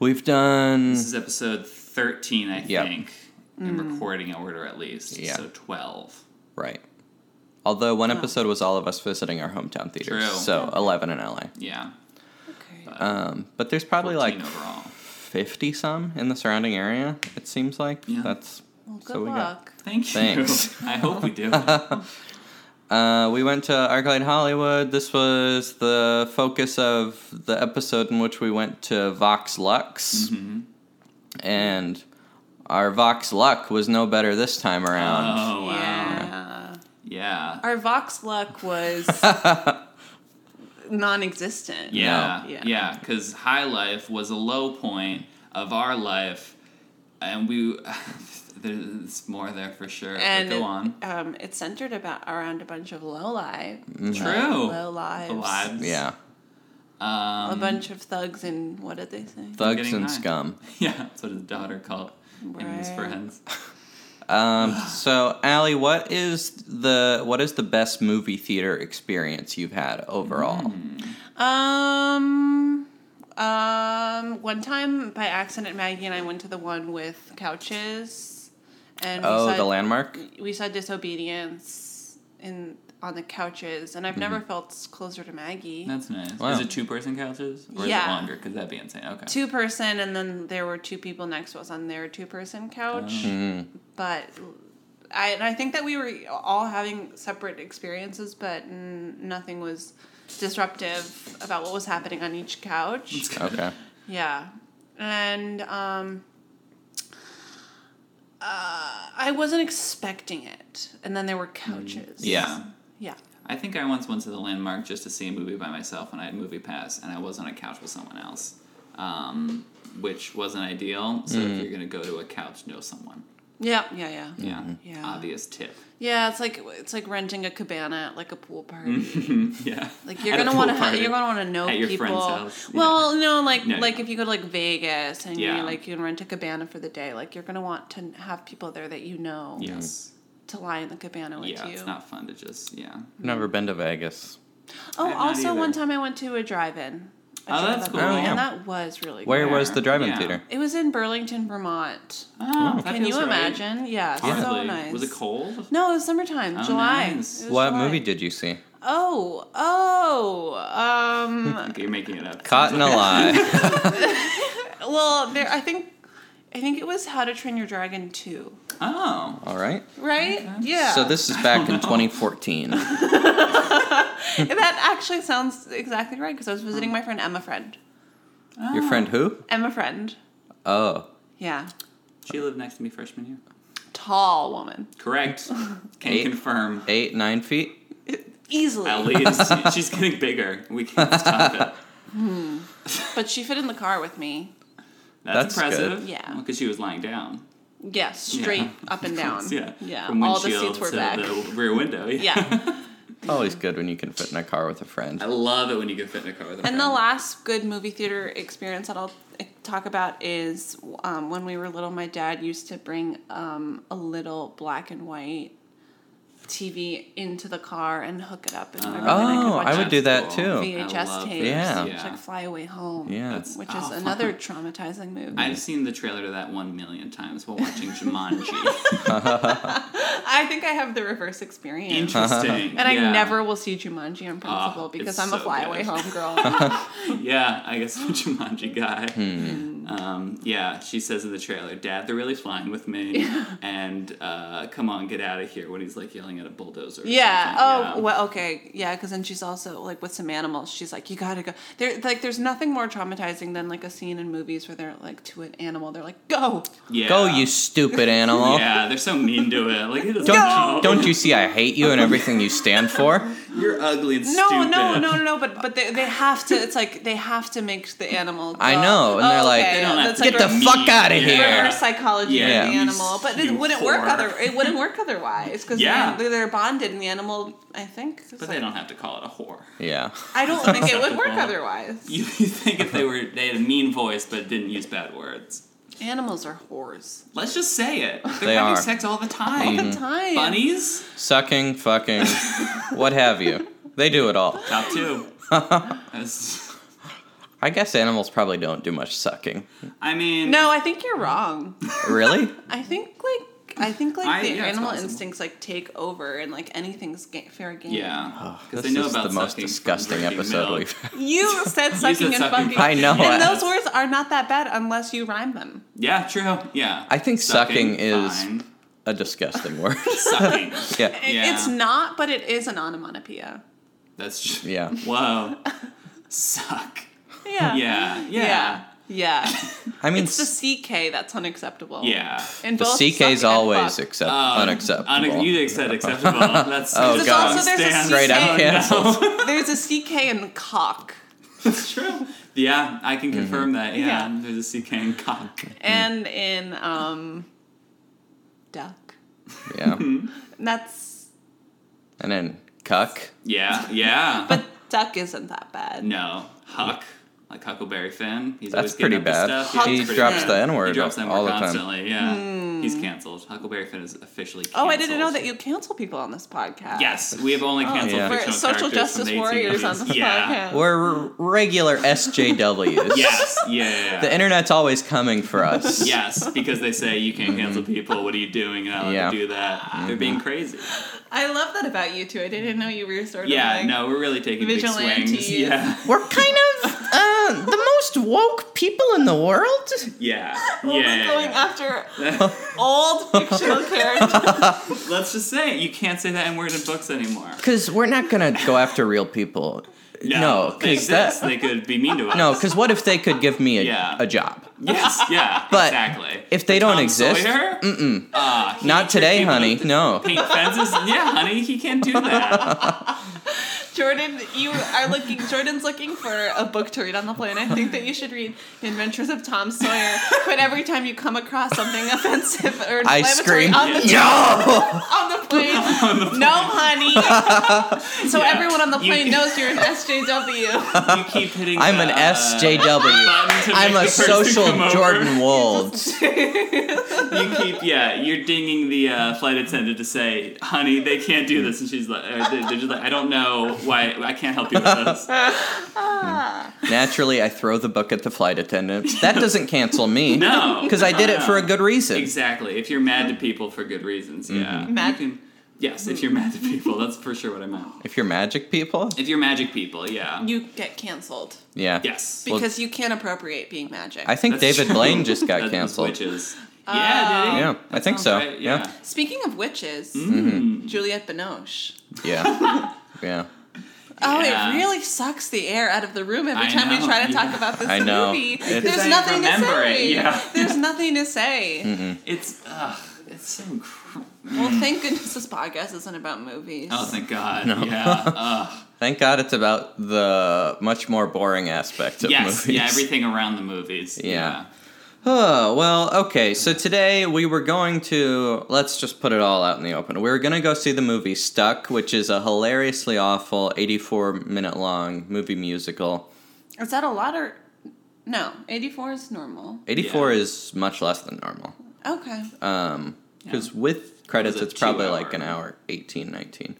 B: We've done.
C: This is episode 13, I
B: Yep.
C: think, in
A: Mm.
C: recording order at least.
B: Yeah.
C: So 12.
B: Right. Although one episode was all of us visiting our hometown theaters,
C: True.
B: so eleven in LA.
C: Yeah.
A: Okay.
B: Um, but there's probably
C: 14
B: like
C: overall.
B: fifty some in the surrounding area. It seems like
C: Yeah.
B: that's
A: Well, good
B: so we got-
A: luck.
C: Thank you.
B: Thanks.
C: I hope we do. Mm-hmm. That's
B: Uh, we went to ArcLight Hollywood. This was the focus of the episode in which we went to Vox
C: Mm-hmm.
B: Lux, and our Vox Luck was no better this time around.
C: Oh, wow.
A: Yeah.
C: Yeah.
A: Our Vox luck was
C: Oh.
A: non existent.
C: Yeah.
A: No.
C: Yeah. Because high life was a low point of our life, and we. There's more there for sure. but
A: And
C: go on.
A: Um, it's centered about around a bunch of low life,
C: Mm. True.
A: low lives,
C: The lives.
B: Yeah,
A: a
C: Um,
A: bunch of thugs, and what did they say?
B: thugs
C: getting
B: and
C: high.
B: scum.
C: yeah. That's what his daughter called and his
A: Right.
C: friends.
B: Um, so, Allie, what is the what is the best movie theater experience you've had overall?
C: Hmm.
A: Um, um, one time by accident, Maggie and I went to the one with couches, and
B: Oh,
A: we saw,
B: the landmark.
A: We saw disobedience in on the couches, and I've
C: Mm-hmm.
A: never felt s- closer to Maggie.
C: That's nice.
B: Wow.
C: Is it two person couches or is it
A: Yeah.
C: longer? Because that'd be insane. Okay.
A: Two person, and then there were two people next to us on their two person couch, but I and I think that we were all having separate experiences, but n- nothing was disruptive about what was happening on each couch.
B: Okay.
A: Yeah. And um uh, I wasn't expecting it. And then there were couches.
B: Yeah.
A: Yeah.
C: I think I once went to the landmark just to see a movie by myself and I had movie pass and I was on a couch with someone else. Um, which wasn't ideal. So if you're gonna go to a couch, know someone.
A: Yeah, yeah, yeah.
C: Yeah.
A: Yeah.
C: Obvious tip.
A: Yeah, it's like it's like renting a cabana at like a pool party.
C: yeah.
A: Like you're
C: At a
A: gonna
C: pool
A: want to
C: party.
A: you're gonna want to know
C: At your
A: people.
C: friend's house, yeah.
A: Well, no, like
C: No,
A: like
C: no.
A: if you go to like Vegas and
C: Yeah.
A: you like you can rent a cabana for the day, like you're gonna want to have people there that you know
C: Yes.
A: to lie in the cabana with
C: Yeah,
A: you.
C: it's not fun to just yeah.
B: I've never been to Vegas.
A: oh,
C: I've not
A: also one
C: either.
A: time I went to a drive-in. A
C: Oh, that's
A: drive-in
C: cool.
A: movie,
B: Oh, yeah.
A: And that was really
B: Where
A: cool.
B: was the drive-in
C: Yeah.
B: theater?
A: It was in Burlington, Vermont.
C: Oh, that
A: Can
C: feels
A: you
C: right.
A: imagine? Yeah, so
C: Hardly.
A: nice.
C: Was it cold?
A: No, it was summertime,
C: Oh,
A: July.
C: nice.
A: It was
B: What
A: July.
B: movie did you see?
A: Oh, oh, um,
C: Okay, you're making it up.
B: Caught in a Lie.
A: Well, there. I think, I think it was How to Train Your Dragon two,
C: Oh.
B: All right.
A: right? Yeah.
B: So this is back in
C: know.
B: 2014.
A: that actually sounds exactly right because I was visiting my friend Emma Friend.
C: Oh.
B: Your friend who?
A: Emma Friend.
B: Oh.
A: Yeah.
C: She lived next to me freshman year.
A: Tall woman.
C: Correct. Can
B: Eight.
C: confirm.
B: Eight, nine feet?
A: Easily.
C: Ellie is she's getting bigger. We can't stop it.
A: But she fit in the car with me.
C: That's,
B: That's
C: impressive.
A: good. Yeah.
C: Because she was lying down.
A: Yes, straight up and down.
C: Yeah.
A: Yeah.
C: From
A: All the
C: windshield
A: seats were
C: to
A: back.
C: The rear window. Yeah.
A: Yeah.
B: Always good when you can fit in a car with a
C: I
B: friend.
C: love it when you get fit in a car with a
A: And the
C: friend.
A: last good movie theater experience that I'll eh, talk about is um, when we were little, my dad used to bring um, a little black and white TV into the car and hook it up. In my room and could
B: Oh,
A: watch
B: I would
A: it.
B: do that
C: That's
B: too.
C: cool. I
A: VHS
C: love
A: tapes,
B: Yeah.
A: which like Fly Away Home,
B: Yeah.
C: That's-
A: which is
C: oh,
A: another traumatizing movie.
C: I've seen the trailer to that one million times while watching Jumanji.
A: I think I have the reverse experience.
C: Interesting.
A: and I
C: Yeah.
A: never will see Jumanji on principle
C: Oh,
A: because
C: it's
A: I'm a
C: so
A: flyaway
C: good.
A: home girl.
C: Yeah, I guess I'm a Jumanji guy.
B: Hmm.
C: Um, yeah, she says in the trailer, "Dad, they're really flying with me," and uh, "Come on, get out of here!" When he's like yelling at a bulldozer. or
A: yeah.
C: something.
A: Oh, well, okay. Yeah, because then she's also like with some animals. She's like, you gotta go. There, like, there's nothing more traumatizing than like a scene in movies where they're like to an animal. They're like, go.
C: yeah.
B: Go, you stupid animal.
C: Yeah, they're so mean to it. Like, it doesn't know.
B: Don't, don't you see I hate you and everything you stand for?
C: You're ugly and
A: No,
C: stupid.
A: no, no, no, no. But but they, they have to. It's like they have to make the animal.
B: I
A: go. Oh,
B: know, and they're like, They
C: don't have
A: that's
C: to
A: like
B: Get the
A: reverse-
B: fuck out of here.
A: reverse psychology
C: Yeah.
A: of the
C: You
A: animal, but it
C: you
A: wouldn't work
C: whore.
A: other. It wouldn't work otherwise because
C: Yeah.
A: they, they're bonded, and the animal. I think. is
C: But
A: like-
C: they don't have to call it a whore.
B: Yeah.
A: I don't think it would work
C: Acceptable.
A: otherwise.
C: You think if they were they had a mean voice but didn't use bad words.
A: Animals are whores.
C: Let's just say it. They're
B: They
C: having
B: are.
C: sex all the
A: All
B: Mm-hmm.
C: time.
A: the time.
C: Bunnies,
B: Sucking, fucking, what have you. They do it all.
C: top two. That's-
B: I guess animals probably don't do much sucking.
C: I mean,
A: No, I think you're wrong.
B: Really?
A: I think like I think like
C: I-
A: the
C: yeah, it's
A: animal
C: possible.
A: instincts like take over and like anything's ga- fair game.
C: Yeah, because
B: This
C: they know
B: is
C: about
B: the most
C: sucking from
B: disgusting
C: drinking
B: episode
C: milk.
B: we've had.
A: You said sucking and
C: sucking.
A: fucking.
B: I know.
A: And those
B: I-
A: words are not that bad unless you rhyme them.
C: Yeah, true. Yeah,
B: I think sucking is-
C: fine.
B: A disgusting word.
C: sucking.
B: Yeah.
A: It-
C: Yeah.
A: It's not, but it is an onomatopoeia.
C: That's just,
B: Yeah.
C: Whoa, suck.
A: Yeah.
C: Yeah, yeah,
A: Yeah. Yeah.
B: I mean,
A: It's the CK that's unacceptable.
C: yeah.
A: In
B: The
A: both
B: CK
A: suck
B: is
A: and
B: always
A: fuck.
B: accept-
C: Um,
B: unacceptable.
C: unac- you said acceptable. That's
B: Oh,
A: There's
B: God.
A: also there's a
C: Stand.
A: CK.
B: Straight up canceled.
A: There's a CK in cock.
C: That's true. Yeah, I can
B: Mm-hmm.
C: confirm that. Yeah,
A: Yeah.
C: there's a CK and cock.
A: and in um duck
B: yeah.
A: And that's
B: And then cuck.
C: Yeah, yeah.
A: but duck isn't that bad
C: no, Huck, like Huckleberry Finn. He's
B: That's
C: always
B: pretty
C: getting up to
B: bad.
C: Stuff. Yeah,
A: He
C: he's pretty
A: drops
C: bad.
A: the
B: N-word
C: He drops the N-word
B: all the time.
C: constantly. Yeah, he's canceled. Huckleberry Finn is officially. Canceled.
A: Hmm. oh i didn't know that you cancel people on this podcast
C: Yes, we have only canceled
B: yeah.
A: We're
C: fictional
A: social
C: characters
A: justice
C: from the
A: warriors on
C: 1800s.
A: this
C: yeah.
A: podcast
B: We're r- regular SJWs.
C: Yes, yeah, yeah, yeah.
B: The internet's always coming for us.
C: yes, because they say you can't cancel people. What are you doing? You're not allowed
B: Mm-hmm. Yeah. Mm-hmm.
C: to do that. They're being crazy.
A: i love that about you two i didn't know you were sort of
C: Yeah,
A: like
C: no, we're really taking big
A: vigilantes.
C: swings. Yeah,
B: We're kind of uh, the most woke people in the world?
C: Yeah.
A: Well, we're going
C: yeah.
A: after
C: yeah.
A: old fictional characters.
C: Let's just say it. You can't say that N word in books anymore.
B: Because we're not gonna go after real people. No,
C: they
B: because
C: exist.
B: that.
C: They could be mean to us.
B: No, because what if they could give me a,
C: Yeah.
B: a job?
C: Yes. Yeah.
B: But
C: exactly.
B: If they don't
C: Tom
B: exist,
C: Sawyer?
B: mm-mm.
C: Ah, he
B: not
C: tricked
B: today,
C: people
B: honey.
C: to
B: No.
C: Paint fences? Yeah, honey, he can't do that.
A: Jordan, you are looking. Jordan's looking for a book to read on the plane. I think that you should read The Adventures of Tom Sawyer. But every time you come across something offensive or
B: I
A: inflammatory
B: scream,
A: on the,
B: yo!
A: on the plane, no, honey. So
C: Yeah.
A: everyone on the
C: You-
A: plane knows you're an SJW.
C: You keep hitting.
B: I'm an
C: the, uh,
B: SJW.
C: button to
B: I'm
C: make
B: a
C: the person
B: social
C: come over.
B: Jordan Wold.
C: You keep, yeah, you're dinging the uh, flight attendant to say, "Honey, they can't do this," and she's like, uh, they're they're just like, "I don't know why. I can't help you with this."
A: Ah.
B: Naturally, I throw the book at the flight attendant. That doesn't cancel me.
C: No,
B: Because I did it
C: no.
B: for a good reason.
C: Exactly. If you're mad to people for good reasons, yeah.
B: Mm-hmm.
A: Mad-
C: You can, yes, if you're mad to people, that's for sure what I meant.
B: If you're magic people,
C: If you're magic people, yeah.
A: You get canceled
B: yeah.
C: yes.
B: Well-
A: because you can't appropriate being magic.
B: I think
C: That's
B: David
C: true.
B: Blaine just
C: That
B: got
C: was
B: canceled.
C: Witches. Yeah, did he?
B: Yeah, I
C: That
B: think
C: sounds
B: so.
C: right,
B: Yeah.
A: Speaking of witches,
B: Mm-hmm.
C: Mm.
A: Juliette Binoche.
B: Yeah. yeah.
A: Oh,
C: Yeah.
A: it really sucks the air out of the room every
C: I
A: time we
C: know,
A: try to
C: yeah.
A: talk about this
B: I know.
A: movie.
B: Because
A: There's
C: I
A: nothing to
C: remember it,
A: say.
C: yeah.
A: There's nothing to say.
B: Mm-hmm.
C: It's ugh, it's so. Cr-
A: Well, thank goodness this podcast isn't about movies.
C: oh, thank God.
B: No.
C: Yeah. Ugh.
B: Thank God it's about the much more boring aspect of
C: yes.
B: movies.
C: Yeah. Everything around the movies.
B: Yeah. Oh, well, okay. So today we were going to, let's just put it all out in the open. We were going to go see the movie Stuck, which is a hilariously awful 84 minute long movie musical.
A: Is that a lot or no? 84 is normal.
B: 84
C: Yeah.
B: is much less than normal.
A: Okay.
B: Um, because with credits,
C: It was a
B: it's probably
C: two-hour-
B: like an hour 18, 19.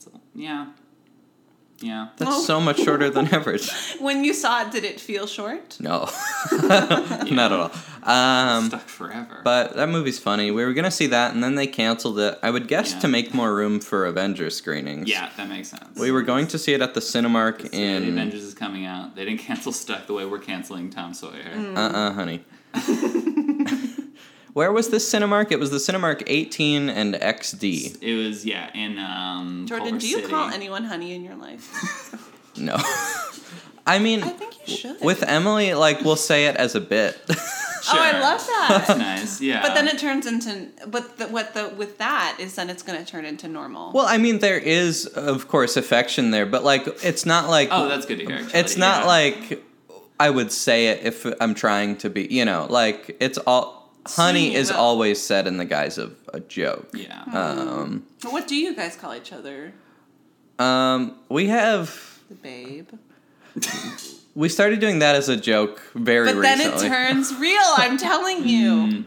C: So, yeah. Yeah.
B: That's
A: Oh.
B: so much shorter than average.
A: When you saw it, did it feel short?
B: No, not at all. Um,
C: Stuck forever.
B: but that movie's funny. We were gonna see that, and then they canceled it. I would guess
C: Yeah.
B: to make more room for Avengers screenings.
C: yeah, that makes sense.
B: we were going to see it at the Cinemark
C: So the
B: in.
C: Avengers is coming out. They didn't cancel Stuck the way we're canceling Tom Sawyer.
B: Uh uh honey. Where was this Cinemark? It was the Cinemark 18 and XD.
C: It was yeah in um.
A: Jordan,
C: Culver
A: do you
C: City.
A: call anyone honey in your life?
B: No. I mean,
A: I think you should.
B: with Emily, like we'll say it as a bit.
A: Oh, I
C: Sure.
A: love
C: That's
A: that.
C: nice. Yeah.
A: But then it turns into but the, what the with that is then it's going to turn into normal.
B: well, I mean, there is of course affection there, but like it's not like
C: Oh, that's good to hear. Actually.
B: it's not
C: yeah.
B: like I would say it if I'm trying to be, you know, like it's all honey
A: Sweet,
B: is
A: but-
B: always said in the guise of a joke.
C: Yeah.
B: Um,
A: But what do you guys call each other?
B: um, we have
A: The babe.
B: we started doing that as a joke very
A: But then
B: recently.
A: it turns real. I'm
C: Mm,
A: telling you,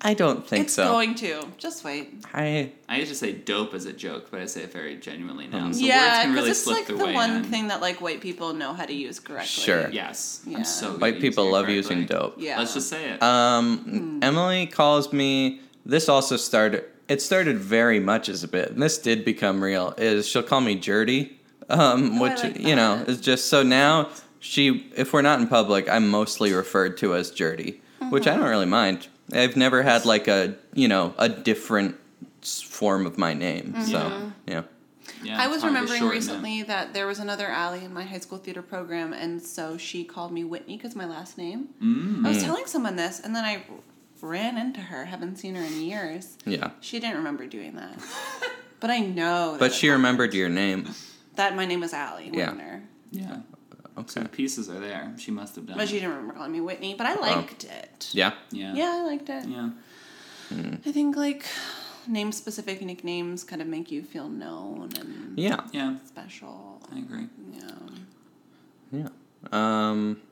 B: I don't think
A: it's
B: so.
A: going to. Just wait.
B: I
C: I used to say dope as a joke, but I say it very genuinely now.
B: Mm.
C: So words
A: yeah,
C: can
A: because
C: really
A: it's
C: slip
A: like
C: their
A: the
C: way
A: one
C: in.
A: thing that like white people know how to use correctly.
B: Sure.
C: Yes,
A: Yeah.
C: I'm so. good
B: white
C: at
B: people
C: using it
B: love
C: correctly.
B: using dope.
A: Yeah.
C: Let's just say it.
B: Um,
A: Hmm.
B: Emily calls me. This also started. It started very much as a bit, and this did become real. Is she'll call me Jerdy, um,
A: Oh, I
B: which
A: like
B: you know
A: that.
B: is just so now she. If we're not in public, I'm mostly referred to as Jerdy, which
A: Uh-huh.
B: I don't really mind. I've never had like a you know a different s- form of my name,
A: Mm-hmm.
B: so yeah.
C: yeah,
A: I
C: it's
A: was
C: hard to
A: remembering
C: shorten it.
A: recently that there was another ally in my high school theater program, and so she called me Whitney because my last name. I
C: Mm.
A: was telling someone this, and then I ran into her. Haven't seen her in years.
B: Yeah,
A: She didn't remember doing that, but I know. That
B: but she remembered your name.
A: that my name was Allie
B: Yeah.
A: Wagner.
C: Yeah. So
B: Okay.
C: the pieces are there. She must have done.
A: But
C: it.
A: she didn't remember calling me Whitney, but I liked it.
B: Oh. Yeah.
C: Yeah.
A: Yeah, I liked it.
C: Yeah.
A: I think like name specific nicknames kind of make you feel known and
B: Yeah.
C: Yeah.
A: special.
C: I agree.
A: Yeah.
B: Yeah. Um.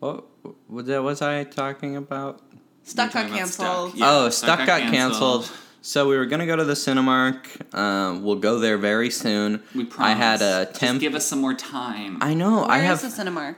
B: What what was I talking about?
A: Stuck
C: You're
A: got
C: talking about Stuck.
A: canceled.
C: Yeah,
B: oh,
C: Stuck
B: Stuck,
C: got
B: got, canceled.
C: canceled.
B: So we were gonna go to the Cinemark. Um, we'll go there very soon.
C: We promise.
B: I had a
C: Just
B: temp.
C: give us some more time.
B: I know. I
A: Where
B: have.
A: is the Cinemark?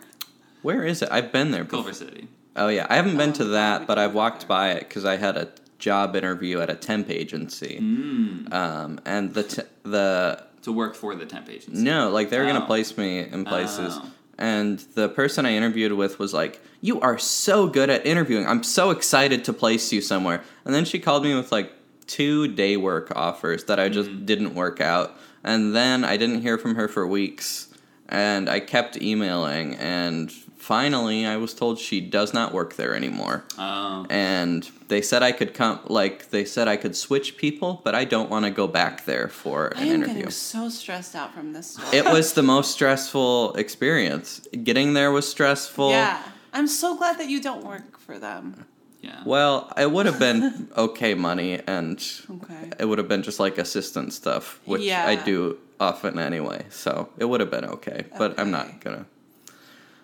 B: Where is it? I've been there. Before.
C: Culver City.
B: Oh yeah, I haven't been
A: Oh,
B: to
A: we
B: that, but
A: can
B: I've
A: go
B: walked
A: there.
B: by it because I had a job interview at a temp agency.
C: Mm.
B: Um, and the t- the
C: To work for the temp agency.
B: no, like they were
C: Oh.
B: gonna place me in places,
C: Oh.
B: and the person I interviewed with was like, "You are so good at interviewing. I'm so excited to place you somewhere." And then she called me with like two day work offers that I just didn't work out. And then I didn't hear from her for weeks, and I kept emailing and finally I was told she does not work there anymore.
C: Oh.
B: And they said I could come like they said I could switch people, but I don't want to go back there for
A: I
B: an
A: am
B: interview
A: getting so stressed out from this story.
B: it was the most stressful experience. Getting there was stressful.
A: yeah. I'm so glad that you don't work for them.
C: Yeah.
B: Well, it would have been okay money and
A: Okay.
B: it would have been just like assistant stuff, which
A: Yeah.
B: I do often anyway. So it would have been okay, but I'm
A: Okay.
B: not gonna.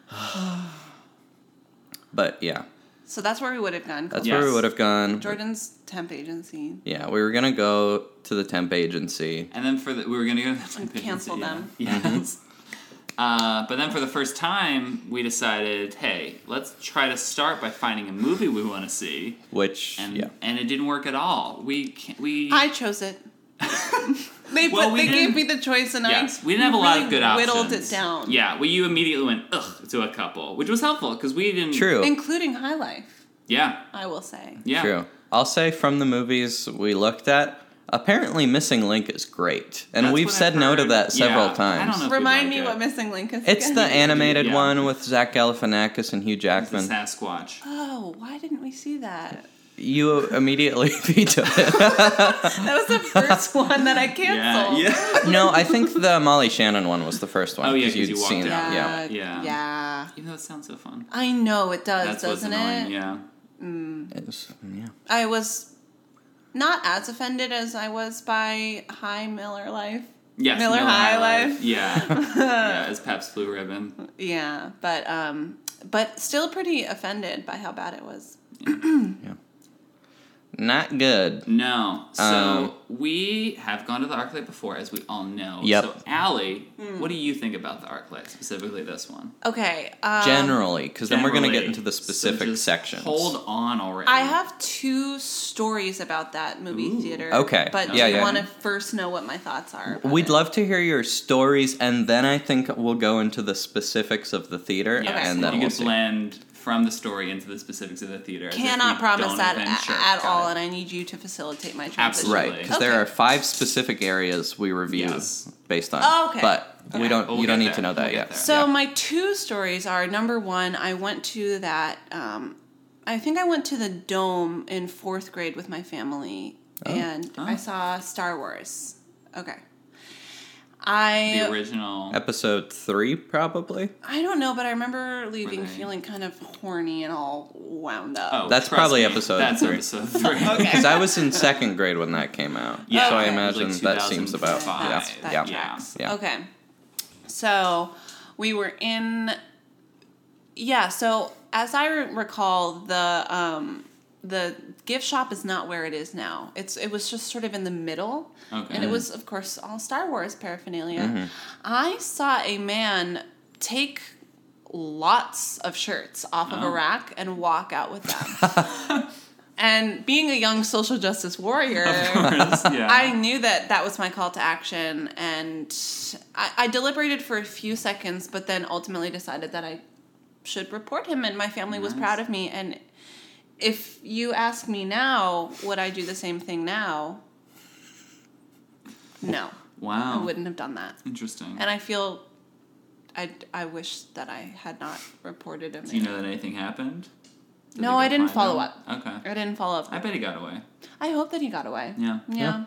B: but yeah,
A: So that's where we would have gone.
B: that's
A: Cole.
B: where we
C: Yes.
B: would have gone.
A: Jordan's temp agency.
B: Yeah, we were gonna go to the temp agency.
C: And then for the, we were gonna go to the
A: And cancel
C: yeah.
A: them.
C: Yes.
B: Mm-hmm.
C: Uh, but then for the first time, we decided, hey, let's try to start by finding a movie we want to see,
B: Which
C: and
B: yeah,
C: and it didn't work at all. We can, we
A: I chose it. They,
C: Well,
A: put,
C: we
A: they gave
C: didn't-
A: me the choice, and
C: yeah,
A: I
C: we didn't have a lot of
A: really
C: good options.
A: whittled it down.
C: Yeah, well, you immediately went ugh to a couple, which was helpful because we didn't.
B: true,
A: including High Life.
C: Yeah.
A: I will say.
C: Yeah.
B: True. I'll say from the movies we looked at, apparently Missing Link is great. And
C: That's
B: we've
C: what I've
B: said no to
C: heard.
B: that several
C: Yeah, I
B: times.
C: don't know.
A: Remind
C: like
A: me
C: it.
A: what Missing Link is.
B: It's
A: again.
B: the animated
C: Yeah.
B: one with Zach Galifianakis and Hugh
C: The
B: Jackman.
C: Sasquatch.
A: Oh, why didn't we see that?
B: You immediately vetoed it.
A: That was the first one that I
C: Yeah.
A: canceled.
C: Yeah.
B: no, I think the Molly Shannon one was the first one.
C: Oh, yeah,
B: 'cause
C: 'cause you walked
B: it.
C: out.
B: Yeah.
A: Yeah.
C: Yeah.
A: yeah.
C: Even though it sounds so fun.
A: I know it does,
C: That's what's
A: doesn't it?
C: annoying. Yeah.
B: It was- yeah.
A: I was not as offended as I was by High Miller Life.
C: Yes,
A: Miller High Life.
C: Yeah. yeah, as Pabst Blue Ribbon.
A: Yeah, but um, but still pretty offended by how bad it was.
B: Not good.
C: No. So
B: Um,
C: we have gone to the Arclight before, as we all know.
B: Yep.
C: So Allie,
A: Hmm.
C: what do you think about the Arclight, specifically this one?
A: Okay. Um,
B: Generally, because then we're going to get
C: Generally.
B: into the
C: So
B: specific
C: just
B: sections.
C: Hold on already.
A: I have two stories about that movie
C: Ooh.
A: theater.
B: Okay.
A: But
B: Yeah,
A: do you
B: yeah.
A: want to first know what my thoughts are? about
B: We'd
A: it?
B: love to hear your stories, and then I think we'll go into the specifics of the theater,
C: Yes,
B: and
A: Okay.
B: then
C: you
B: we'll
C: can
B: see.
C: blend from the story into the specifics of the theater. as if
A: Cannot
C: we
A: promise
C: don't
A: that
C: even-
A: at,
C: sure,
A: at
C: got
A: all,
C: it.
A: and I need you to facilitate my transition.
C: Absolutely.
B: Right, because there
A: Okay.
B: are five specific areas we review
C: Yes.
B: based on.
A: Oh, okay.
B: But we
C: Okay.
B: don't.
C: We'll
B: you don't
C: get
B: need
C: there.
B: to know that
C: We'll get
B: yet.
C: there.
A: So
B: Yeah.
A: my two stories are number one, I went to that. Um, I think I went to the dome in fourth grade with my family, and
C: Oh.
A: I saw Star Wars. Okay. I
C: the original.
B: episode three, probably.
A: I don't know, but I remember leaving
C: they-
A: feeling kind of horny and all wound up.
C: Oh,
B: That's
C: trust
B: probably
C: me,
B: episode
C: That's
B: three.
C: episode three.
B: Because I was in second grade when that came out.
C: Yeah.
B: So I
A: Okay.
B: imagine
C: Like
B: that seems about.
C: 2005.
B: Yeah.
A: That's-
C: That
B: yeah.
C: tracks.
B: Yeah.
A: Okay. So we were in. Yeah. So as I re- recall, the um, the gift shop is not where it is now. It's it was just sort of in the middle,
C: Okay.
A: and it was of course all Star Wars paraphernalia.
B: Mm-hmm.
A: I saw a man take lots of shirts off of
C: Oh.
A: a rack and walk out with them. and being a young social justice warrior,
C: yeah.
A: I knew that that was my call to action, and I, I deliberated for a few seconds, but then ultimately decided that I should report him, and my family was proud of me. And if you ask me now, would I do the same thing now? No, I
C: wow.
A: wouldn't have done that.
C: Interesting.
A: And I feel I, I wish that I had not reported him.
C: Do you know that anything happened? Did
A: No,
C: they go
A: I didn't
C: find
A: follow
C: him? Okay.
A: I didn't follow up.
C: I bet he got away.
A: I hope that he got away.
C: Yeah.
A: Yeah.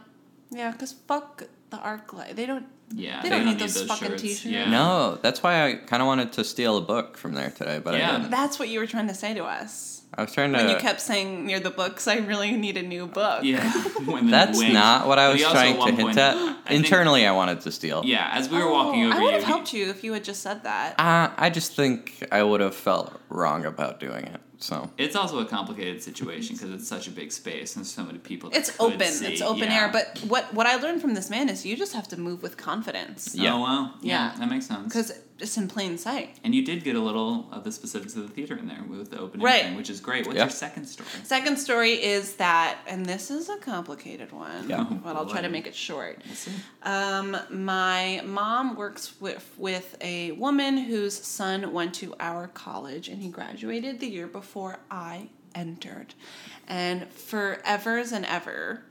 A: Yeah, because fuck the arc light. They don't
C: Yeah.
A: They don't need those fucking
C: shirts.
A: t-shirts.
C: Yeah.
B: No, that's why I kind of wanted to steal a book from there today, but I
C: Yeah.
B: didn't.
A: That's what you were trying to say to us.
B: I was trying to.
A: When you kept saying near the books, I really need a new book.
C: Uh, Yeah. When they
B: that's
C: wink.
B: not what I
C: But
B: was
C: he also
B: trying to
C: one
B: hint
C: point- I
B: at.
C: think-
B: Internally, I wanted to steal.
C: Yeah, as we were walking
A: Oh,
C: over,
A: I would
C: you,
A: have helped you if you had just said that.
B: Uh, I just think I would have felt wrong about doing it. So
C: It's also a complicated situation because it's such a big space and so many people. that
A: It's
C: could
A: open.
C: see,
A: It's open
C: yeah.
A: air. But what what I learned from this man is you just have to move with confidence
B: Yeah.
C: Oh wow. Yeah,
A: Yeah.
C: that makes sense.
A: because it's in plain sight.
C: And you did get a little of the specifics of the theater in there with the opening
A: Right.
C: thing, which is great. What's
B: Yeah.
C: your second story?
A: Second story is that, and this is a complicated one,
B: Yeah.
C: Oh,
A: but I'll try to
C: boy.
A: make it short.
C: Let's see.
A: Um, my mom works with with a woman whose son went to our college, and he graduated the year before I entered. And forevers and ever,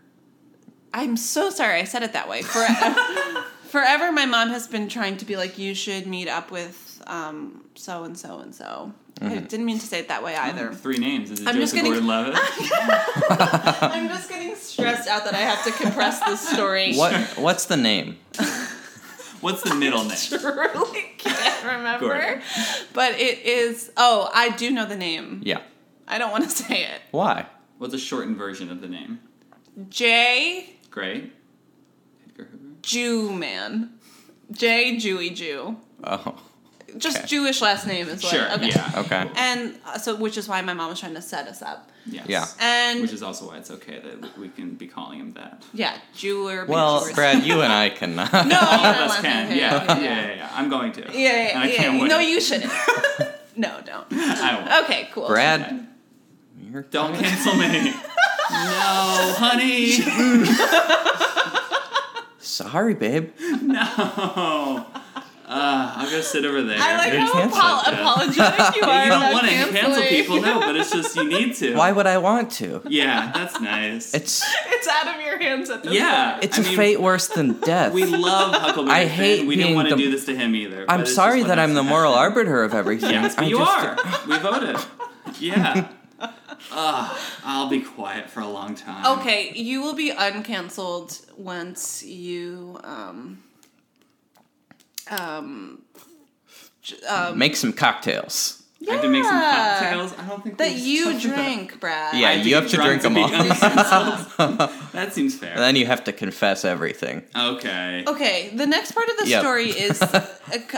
A: I'm so sorry I said it that way. Forever, forever, my mom has been trying to be like, you should meet up with um so and so and so. I didn't mean to say it that way either.
C: Three names. Is it
A: I'm just
C: Joseph
A: gonna-
C: Gordon-Levitt?
A: I'm just getting stressed out that I have to compress this story.
B: what what's the name?
C: What's the middle name?
A: truly can't remember.
C: Gordon.
A: But it is. Oh, I do know the name.
B: Yeah.
A: I don't want to say it.
B: Why?
C: What's a shortened version of the name?
A: J.
C: Great. Edgar Hoover.
A: Jew man. J. Jewy Jew.
B: Oh.
A: Just
B: Okay.
A: Jewish last name is what.
C: Sure.
A: Okay.
C: Yeah.
B: Okay.
C: Cool.
A: And uh, so, which is why my mom was trying to set us up.
C: Yes.
B: Yeah.
A: And
C: Which is also why it's okay that we can be calling him that.
A: yeah, Jew or
B: Well,
A: Jewish.
B: Brad, you and I cannot.
A: No, you
C: All of
A: don't
C: us
A: want
C: can.
A: to.
C: Yeah. Yeah.
A: Yeah.
C: Yeah, yeah, yeah. I'm going to.
A: Yeah,
C: And I
A: yeah,
C: can't
A: yeah.
C: wait.
A: No, you shouldn't. no, don't.
C: I won't.
A: Okay, cool.
B: Brad, you're
C: Don't cancel me. no, honey.
B: Sorry, babe.
C: No. Uh, I'll go sit over there.
A: I like
B: You're
A: how apo-
C: canceled.
A: apologetic you are.
C: you don't
A: about
C: want to cancel
A: canceling.
C: people, no, but it's just you need to.
B: Why would I want to?
C: Yeah, that's nice.
B: It's
A: It's out of your hands at this
C: yeah,
B: it's
C: a
B: a fate worse than death.
C: We love Huckleberry
B: I
C: Finn.
B: hate
C: We didn't
B: being
C: want to
B: the-
C: do this to him either. but
B: I'm
C: it's just
B: sorry
C: what
B: that
C: has
B: I'm the
C: to
B: moral
C: happen.
B: arbiter of everything.
C: Yes, but
B: I
C: you
B: just-
C: are. We voted. Yeah. Ugh, I'll be quiet for a long time.
A: Okay, you will be uncanceled once you um um j- um
B: Make some cocktails.
C: I have to make some
A: Yeah.
C: cocktails. I don't think
A: that
C: we
A: you
C: talked about-
A: drink, Brad.
B: Yeah,
C: I
B: you have
C: get
B: to drink
C: drunk
B: them all.
C: all. that seems
B: And
C: fair.
B: then you have to confess everything.
C: Okay.
A: Okay, the next part of the
B: Yep.
A: story is uh,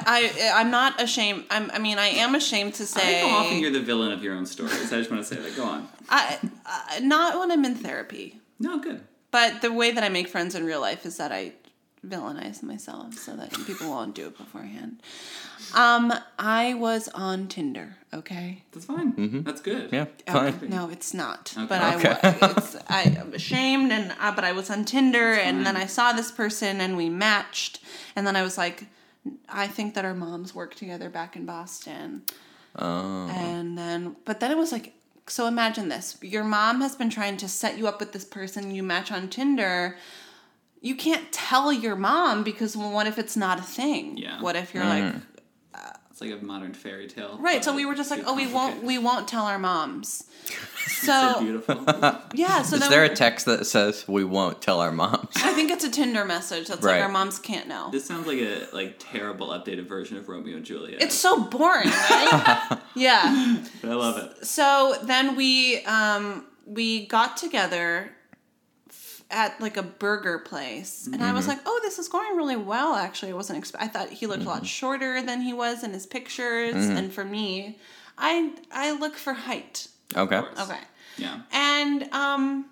A: I uh, I'm not ashamed. I'm, I mean, I am ashamed to
C: I
A: say
C: think often you're the villain of your own stories. I just want to say that. Go on.
A: I, I not when I'm in therapy,
C: No, good.
A: but the way that I make friends in real life is that I villainize myself so that people won't do it beforehand. Um, I was on Tinder, okay?
C: That's fine. That's good.
B: Yeah,
A: Okay.
B: fine.
A: No, it's not.
C: Okay.
A: But I,
B: Okay.
A: wa- it's, I am ashamed, and uh, but I was on Tinder, and then I saw this person, and we matched, and then I was like, I think that our moms work together back in Boston,
B: Oh.
A: and then but then it was like, so imagine this: your mom has been trying to set you up with this person you match on Tinder. You can't tell your mom because well, what if it's not a thing?
C: Yeah.
A: What if you're like
C: It's like a modern fairy tale. Uh,
A: right? So
C: but
A: we were just like,
C: too
A: oh, we won't,
C: complicated.
A: we won't tell our moms.
C: So
A: So
C: beautiful.
A: yeah, so
B: Is
A: then
B: there
A: we-
B: a text that says we won't tell our moms?
A: I think it's a Tinder message that's
B: Right.
A: like our moms can't know.
C: this sounds like a like terrible updated version of Romeo and Juliet.
A: it's so boring, right? yeah.
C: but I love it.
A: So then we um we got together f- at like a burger place and
B: Mm-hmm.
A: I was like, "Oh, this is going really well actually. I wasn't expe- I thought he looked a lot
B: Mm-hmm.
A: shorter than he was in his pictures and for me, I I look for height.
B: Okay.
C: Of course.
A: Okay.
C: Yeah.
A: and um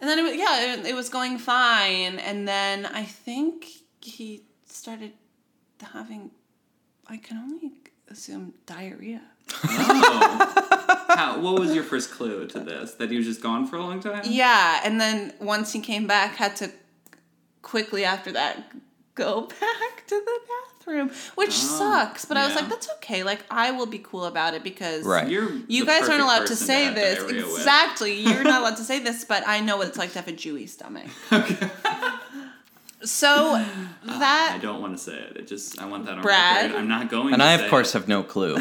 A: and then it was, yeah it, it was going fine and then i think he started having i can only assume diarrhea
C: Oh. How, what was your first clue to this? That he was just gone for a long time?
A: yeah and then once he came back had to quickly after that go back to the bathroom which
C: Oh,
A: sucks but i was
C: yeah.
A: like that's okay like i will be cool about it because
B: Right.
C: You're
A: you
C: the
A: guys aren't
C: perfect
A: allowed to
C: person
A: say
C: have
A: this.
C: diarrhea with.
A: Exactly. You're not allowed to say this, but I know what it's like to have a Jewy stomach. so
C: Ah, I
A: that
C: don't want to say it. It just I want that on
A: Brad?
C: record. I'm not going
B: And
C: to
B: I,
C: say
B: of course,
C: it.
B: have no clue.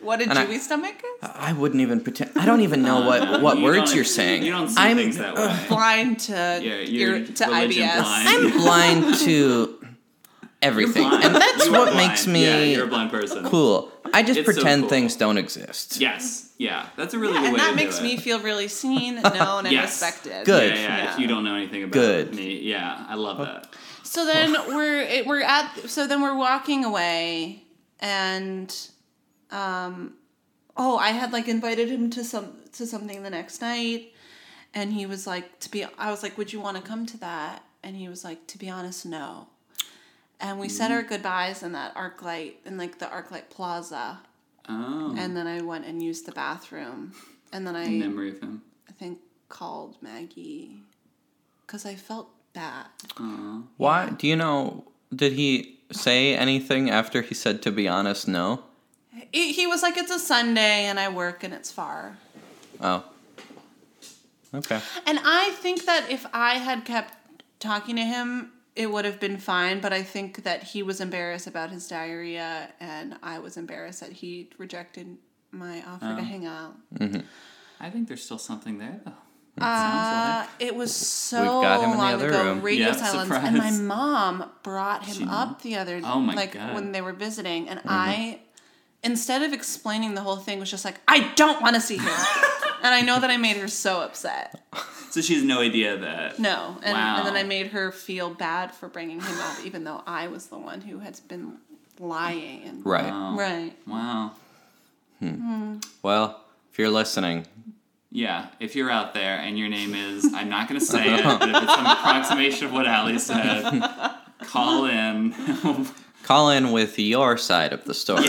A: what a
B: and I-
A: Jewy stomach is?
B: I wouldn't even pretend. I don't even know what, what
C: Uh, You
B: words
C: don't-
B: you're saying.
C: You don't see
B: I'm,
C: things that way.
A: Blind to
C: Yeah, you're
A: your, to
C: religion
A: IBS.
C: blind.
B: I'm blind to everything.
C: Blind.
B: And that's
C: You are
B: what
C: blind.
B: makes
C: Yeah,
B: me
C: you're a blind person.
B: cool. I just
C: It's so
B: pretend
C: cool.
B: things don't exist.
C: Yes. Yeah. That's a really
A: Yeah,
C: good
A: and
C: way
A: that
C: to
A: makes
C: do
A: me
C: it.
A: feel really seen, known, and
C: Yes.
A: respected.
B: Good.
C: Yeah, yeah,
A: Yeah.
C: If you don't know anything about
B: Good.
C: me, yeah, I love that.
A: So then we're it, we're at so then we're walking away, and um, oh, I had like invited him to some to something the next night, and he was like, to be, I was like, would you want to come to that? And he was like, to be honest, no. And we said our goodbyes in that arc light in like the arc light plaza,
C: Oh,
A: and then I went and used the bathroom, and then I
C: in memory of him.
A: I think called Maggie, because I felt bad.
C: Aw.
B: Why? Do you know? Did he say anything after he said, to be honest, no?
A: He, he was like, it's a Sunday and I work and it's far.
B: Oh. Okay.
A: And I think that if I had kept talking to him, it would have been fine, but I think that he was embarrassed about his diarrhea and I was embarrassed that he rejected my offer to hang out.
C: I think there's still something there though. It
A: Uh,
C: sounds
A: it was so
B: We've got him in the
A: long
B: other
A: ago.
B: room.
A: Radio
C: Yeah,
A: silence, and my
C: surprise.
A: mom brought him
C: She knew?
A: up the other
C: Oh my
A: like
C: God. Mm-hmm.
A: when they were visiting, and I instead of explaining the whole thing was just like, I don't want to see him, and I know that I made her so upset.
C: like. So she has no idea that.
A: No, and, and then
C: Wow.
A: I made her feel bad for bringing him up, even though I was the one who had been lying. And,
B: Right.
C: Wow.
A: Right.
C: Wow.
B: Well, if you're listening,
C: Yeah, if you're out there and your name is, I'm not going to say it, but if it's some approximation of what Ali said, call in.
B: call in with your side of the story.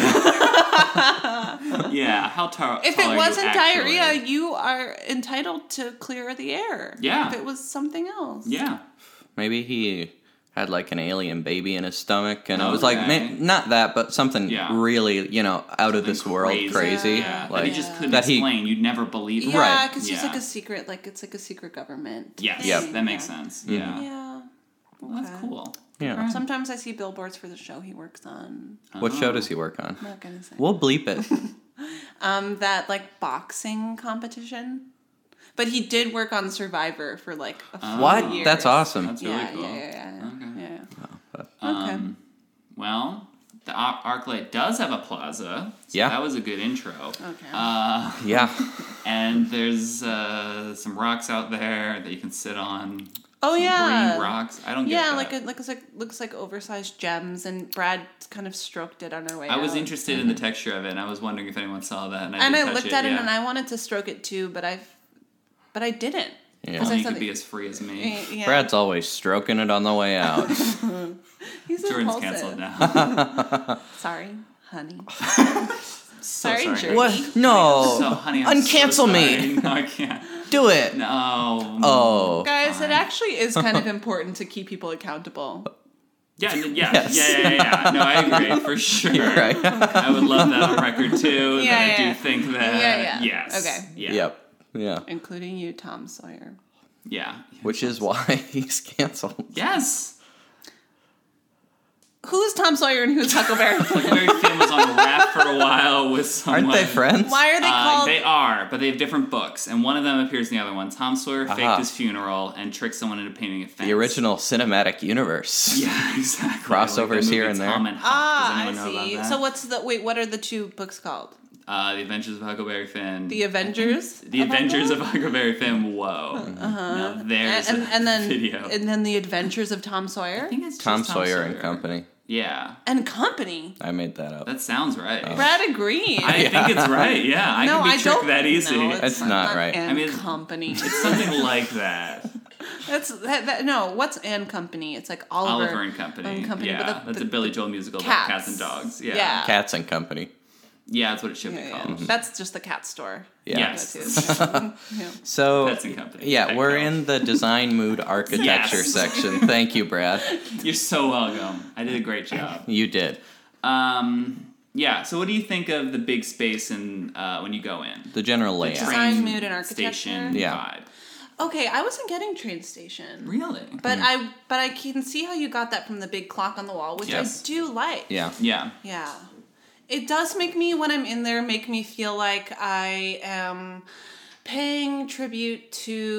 C: yeah, how tar-
A: If
C: tall are
A: it
C: you
A: wasn't
C: actually?
A: diarrhea, you are entitled to clear the air.
C: Yeah.
A: If it was something else.
C: Yeah.
B: Maybe he had like an alien baby in his stomach, and I was like,
C: Okay.
B: ma- not that, but something
C: Yeah.
B: really, you know, out of this world, crazy.
C: Yeah. that he
B: Like,
C: just couldn't
B: that he-
C: explain. You'd never believe it.
A: Yeah,
B: Right.
A: because he's
C: Yeah.
A: like a secret, like it's like a secret government.
C: Yes,
A: thing.
C: that makes
A: Yeah.
C: sense.
B: Mm-hmm.
A: Yeah.
C: Yeah. Well, that's
A: Okay.
C: cool.
B: yeah.
A: Sometimes I see billboards for the show he works on.
B: What show
C: Oh.
B: does he work on?
A: I'm not gonna say.
B: We'll bleep it.
A: Um, that like boxing competition, but he did work on Survivor for like a few
B: what?
A: years.
B: That's awesome.
C: That's
A: Yeah,
C: really
A: yeah,
C: cool.
A: yeah, yeah.
C: Okay. Oh,
A: yeah,
B: but-
A: yeah. Okay.
C: Um, well, the Ar- ArcLight does have a plaza. So
B: Yeah.
C: That was a good intro.
A: Okay.
C: Uh,
B: Yeah.
C: and there's uh, some rocks out there that you can sit on.
A: oh
C: Some
A: yeah.
C: Green rocks. I don't get uh,
A: Yeah,
C: that.
A: like it looks like looks like oversized gems, and Brad kind of stroked it on our way.
C: I was
A: out.
C: interested in the
B: Mm-hmm.
C: texture of it, and I was wondering if anyone saw that. And I,
A: and
C: did
A: I
C: touch
A: looked at it,
C: yeah.
A: and I wanted to stroke it too, but I, but I didn't.
B: Yeah.
A: 'Cause I
C: Only you
A: saw
C: could
A: that-
C: be as free as me.
A: Yeah.
B: Brad's always stroking it on the way out.
A: He's
C: Jordan's
A: impulsive.
C: canceled now.
A: Sorry, honey.
C: so
A: Sorry,
C: sorry.
A: Jordan.
B: what? No.
C: So, honey, I'm so
B: Uncancel me.
C: sorry. No, I can't. Um,
B: Do it.
C: No.
B: Oh.
A: Guys,
C: Fine.
A: it actually is kind of important to keep people accountable.
C: Yeah, n- yeah,
B: Yes.
C: yeah, yeah, yeah, yeah. No, I agree for sure.
B: Right.
C: I would love that on record too.
A: Yeah,
C: that I
A: yeah.
C: do think that.
A: Yeah, yeah.
C: Yes.
A: Okay.
C: Yeah.
B: Yep. Yeah.
A: Including you, Tom Sawyer.
C: Yeah.
B: Which is why he's canceled.
C: Yes.
A: Who's Tom Sawyer and who's Huckleberry?
C: Like Larry Finn was on a rap for a while with someone.
B: Aren't they friends?
A: Why are they
C: Uh,
A: called?
C: they are, but they have different books, and one of them appears in the other one. Tom Sawyer
B: Aha.
C: faked his funeral and tricked someone into painting a fence.
B: Uh-huh. The original cinematic universe.
C: Yeah, exactly.
B: Crossovers
C: the movie
B: here and there.
C: Tom Hawk.
A: ah, I
C: Does anyone know
A: see.
C: about that?
A: So what's the wait? What are the two books called?
C: uh, the Adventures of Huckleberry Finn.
A: The Avengers.
C: The Adventures of Huckleberry Finn. Whoa. Now
A: And,
C: there's
A: Uh-huh. and,
C: a
A: and then
C: video.
A: and then the Adventures of Tom Sawyer
C: I think it's just
B: Tom, Sawyer, and Company.
C: Yeah,
A: and Company.
B: I made that up.
C: that sounds right.
B: Oh.
A: Brad agreed.
C: I think it's right. Yeah, I
A: no,
C: can be
A: I
C: tricked
A: don't.
C: that easy.
A: No,
C: it's,
B: It's not right.
A: And
C: I mean-
A: Company.
C: something like that.
A: That's that, that. No, what's and Company? It's like Oliver,
C: Oliver and Company.
A: and Company,
C: yeah,
A: but the-
C: that's
A: the-
C: a Billy Joel musical about
A: Cats.
C: cats and dogs. Yeah.
A: Yeah.
B: Cats and Company.
C: Yeah, that's what it should
A: Yeah,
C: be
A: yeah.
C: called.
A: That's just the cat store.
B: Yeah.
C: Yes.
A: Yeah. Yeah.
B: So
C: Pets and Company.
B: Yeah,
C: Thank
B: we're
C: God.
B: in the design mood architecture
C: Yes.
B: section. Thank you, Brad.
C: You're so welcome. I did a great job.
B: You did.
C: Um, yeah. So, what do you think of the big space and uh, when you go in?
B: The general layout.
A: Design,
C: Train
A: mood, and
C: Station
A: architecture?
B: Yeah.
C: vibe.
A: Okay, I wasn't getting train station.
C: Really? Hmm.
A: But I but I can see how you got that from the big clock on the wall, which
C: Yes.
A: I do like.
B: yeah.
C: yeah.
A: Yeah. It does make me when I'm in there make me feel like I am paying tribute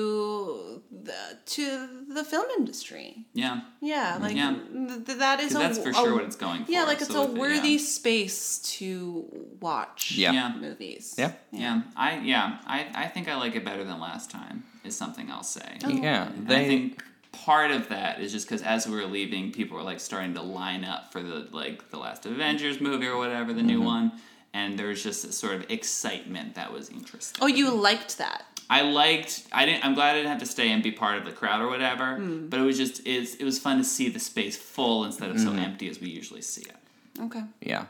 A: to the to the film industry.
C: Yeah.
A: Yeah, like
C: Yeah.
A: Th- that is
C: 'Cause
A: a
C: that's for
A: a-
C: sure what it's going for.
A: Yeah, like it's
C: so
A: a
C: with it, yeah.
A: worthy space to watch
B: Yeah.
C: Yeah.
A: movies.
B: Yeah.
C: Yeah, I yeah, I, I think I like it better than last time. Is something I'll say.
A: Oh,
B: Yeah.
C: And I
B: They
C: think part of that is just because as we were
B: Mm-hmm.
C: leaving, people were like starting to line up for the like the last Avengers movie or whatever the new one, and there was just this sort of excitement that was interesting.
A: Oh, you liked that.
C: I liked. I didn't. I'm glad I didn't have to stay and be part of the crowd or whatever.
B: Mm.
C: But it was just. It's, it was fun to see the space full instead of
B: Mm-hmm.
C: so empty as we usually see it.
A: Okay.
B: Yeah.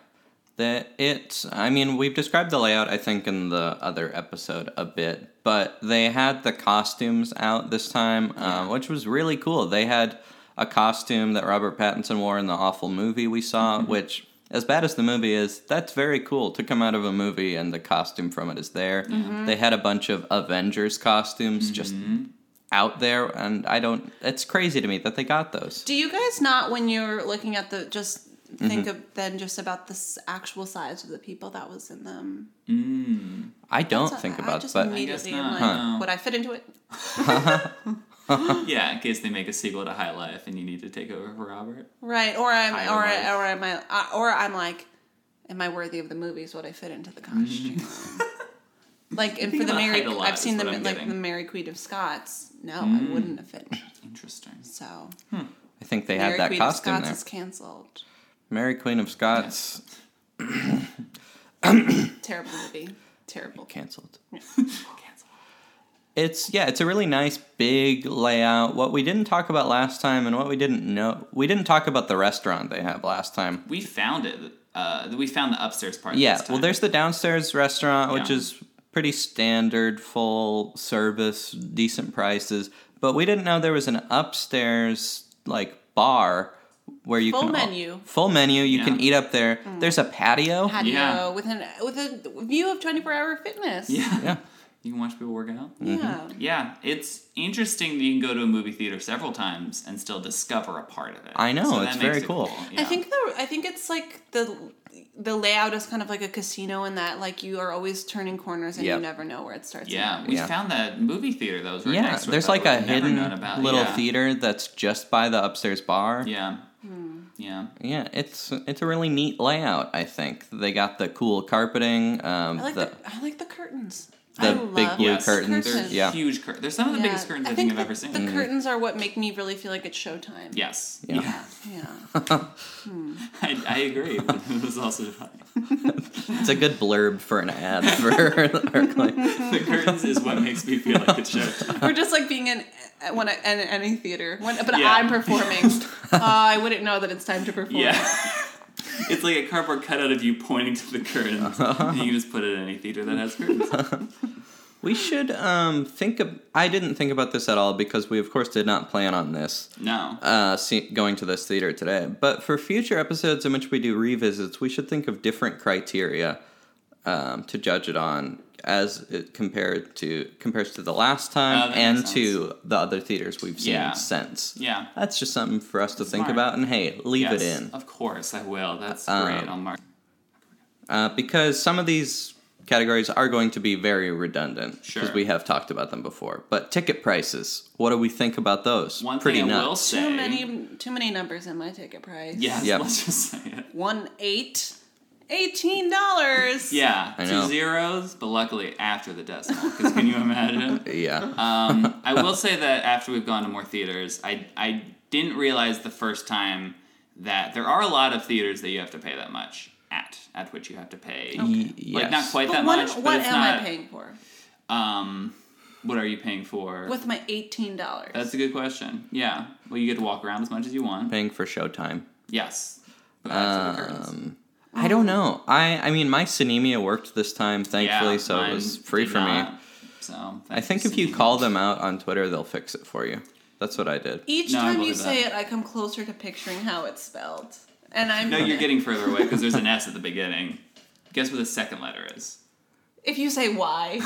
B: That it I mean, we've described the layout I think in the other episode a bit, but they had the costumes out this time, uh, which was really cool. They had a costume that Robert Pattinson wore in the awful movie we saw,
A: Mm-hmm.
B: which as bad as the movie is, that's very cool to come out of a movie and the costume from it is there.
A: Mm-hmm.
B: They had a bunch of Avengers costumes just out there and I don't it's crazy to me that they got those.
A: Do you guys not when you're looking at the just
C: Mm-hmm.
A: think of then just about the s- actual size of the people that was in them?
B: I don't
A: So
B: think
A: I- I
B: about
A: just
B: but
A: immediately
C: I guess
A: am like,
C: not, no.
A: would I fit into it?
C: yeah, in case they make a sequel to High Life and you need to take over for Robert.
A: Right, or I'm
C: Higher
A: or,
C: life.
A: or am I uh, or I'm like, am I worthy of the movies? Would I fit into the costume? like and
C: Mm-hmm. think
A: for the
C: about
A: Mary,
C: height a lot
A: I've
C: is
A: seen the
C: what I'm
A: like
C: getting. Mm.
A: the Mary Queen of Scots. No, I wouldn't have fit.
C: Interesting.
A: So
B: I think they
A: Mary
B: had that
A: Queen of
B: costume
A: Scots
B: there.
A: is canceled.
B: Mary Queen of Scots
A: Terrible movie. Terrible.
B: canceled.
C: Cancel.
B: It's yeah, it's a really nice big layout. What we didn't talk about last time and what we didn't know we didn't talk about the restaurant they have last time.
C: We found it. Uh, we found the upstairs part.
B: Yeah,
C: this time.
B: well there's the downstairs restaurant which
C: Yeah.
B: is pretty standard full service, decent prices, but we didn't know there was an upstairs like bar where you
A: Full
B: can al-
A: menu. Mm.
B: full menu you can
C: Yeah.
B: eat up there. There's a patio.
A: Patio
C: Yeah.
A: with an with a view of twenty four hour fitness.
C: Yeah. Mm-hmm.
B: Yeah.
C: You can watch people work out.
A: Yeah.
C: Yeah, it's interesting that you can go to a movie theater several times and still discover a part of it.
B: I know,
C: that
B: it's
C: makes
B: very
C: it
B: cool.
A: I
C: yeah.
A: think the I think it's like the the layout is kind of like a casino in that like you are always turning corners and
B: Yep.
A: you never know where it starts. and
C: Yeah, we
B: Yeah.
C: found that movie theater that was right
B: Yeah,
C: next to it
B: there's
C: that
B: like
C: we'd
B: a
C: never
B: hidden
C: known about.
B: little
C: yeah.
B: theater that's just by the upstairs bar.
C: Yeah.
A: Hmm.
C: Yeah.
B: Yeah, it's it's a really neat layout. I think they got the cool carpeting. Um,
A: I like
B: the,
A: the, I like the curtains.
B: the
A: I
B: big
A: love
B: blue
A: those
B: curtains,
C: They're
B: yeah. Mm-hmm.
C: huge curtains. They're some of the
A: Yeah.
C: biggest curtains I, think I've
A: the,
C: ever seen.
A: The curtains are what make me really feel like it's showtime.
C: yes.
B: Yeah.
A: Yeah.
C: I, I agree. but it was also fun.
B: it's a good blurb for an ad for Berkeley.
C: The curtains is what makes me feel like it's showtime.
A: or just like being in at when I, in any theater. When, but
C: Yeah.
A: I'm performing. uh, I wouldn't know that it's time to perform.
C: Yeah. It's like a cardboard cutout of you pointing to the curtains. And you can just put it in any theater that has curtains.
B: we should um, think. Of, I didn't think about this at all because we, of course, did not plan on this.
C: No.
B: uh, see, going to this theater today. But for future episodes in which we do revisits, we should think of different criteria um, to judge it on as it compared to compares to the last
C: Oh,
B: time
C: that
B: and
C: makes
B: to the other theaters we've seen
C: Yeah.
B: since.
C: Yeah.
B: That's just something for us to think
C: Smart.
B: about. And hey, leave it
C: Yes,
B: in
C: Of course, I will. That's
B: Um,
C: great. I'll mark.
B: uh, because some of these categories are going to be very redundant because
C: Sure.
B: we have talked about them before. But ticket prices, what do we think about those?
C: One
B: Pretty
C: thing I
B: nuts.
C: will say.
A: Too many too many numbers in my ticket price.
C: Yes,
B: Yep.
C: let's just say it.
A: One eight. Eighteen dollars.
C: Yeah,
B: I know.
C: two zeros, but luckily after the decimal. Because can you imagine?
B: Yeah.
C: Um, I will say that after we've gone to more theaters, I I didn't realize the first time that there are a lot of theaters that you have to pay that much at at which you have to pay
B: Y- yes.
C: like not quite
A: But
C: that
A: what,
C: much.
A: what
C: but it's
A: am
C: not,
A: I paying for
C: Um, what are you paying for?
A: with my eighteen dollars?
C: That's a good question. Yeah. Well, you get to walk around as much as you want.
B: Paying for Showtime.
C: Yes. But back to the curtains.
B: Um, I don't know. I I mean, my synemia worked this time, thankfully,
C: Yeah,
B: so it was
C: mine
B: free
C: did
B: for me.
C: not. So
B: I think if you call them out on Twitter, they'll fix it for you. That's what I did.
A: Each
C: No, I
A: time you
C: believe that.
A: say it, I come closer to picturing how it's spelled, and I'm
C: no, you're getting further away because there's an S at the beginning. Guess what the second letter is?
A: If you say why,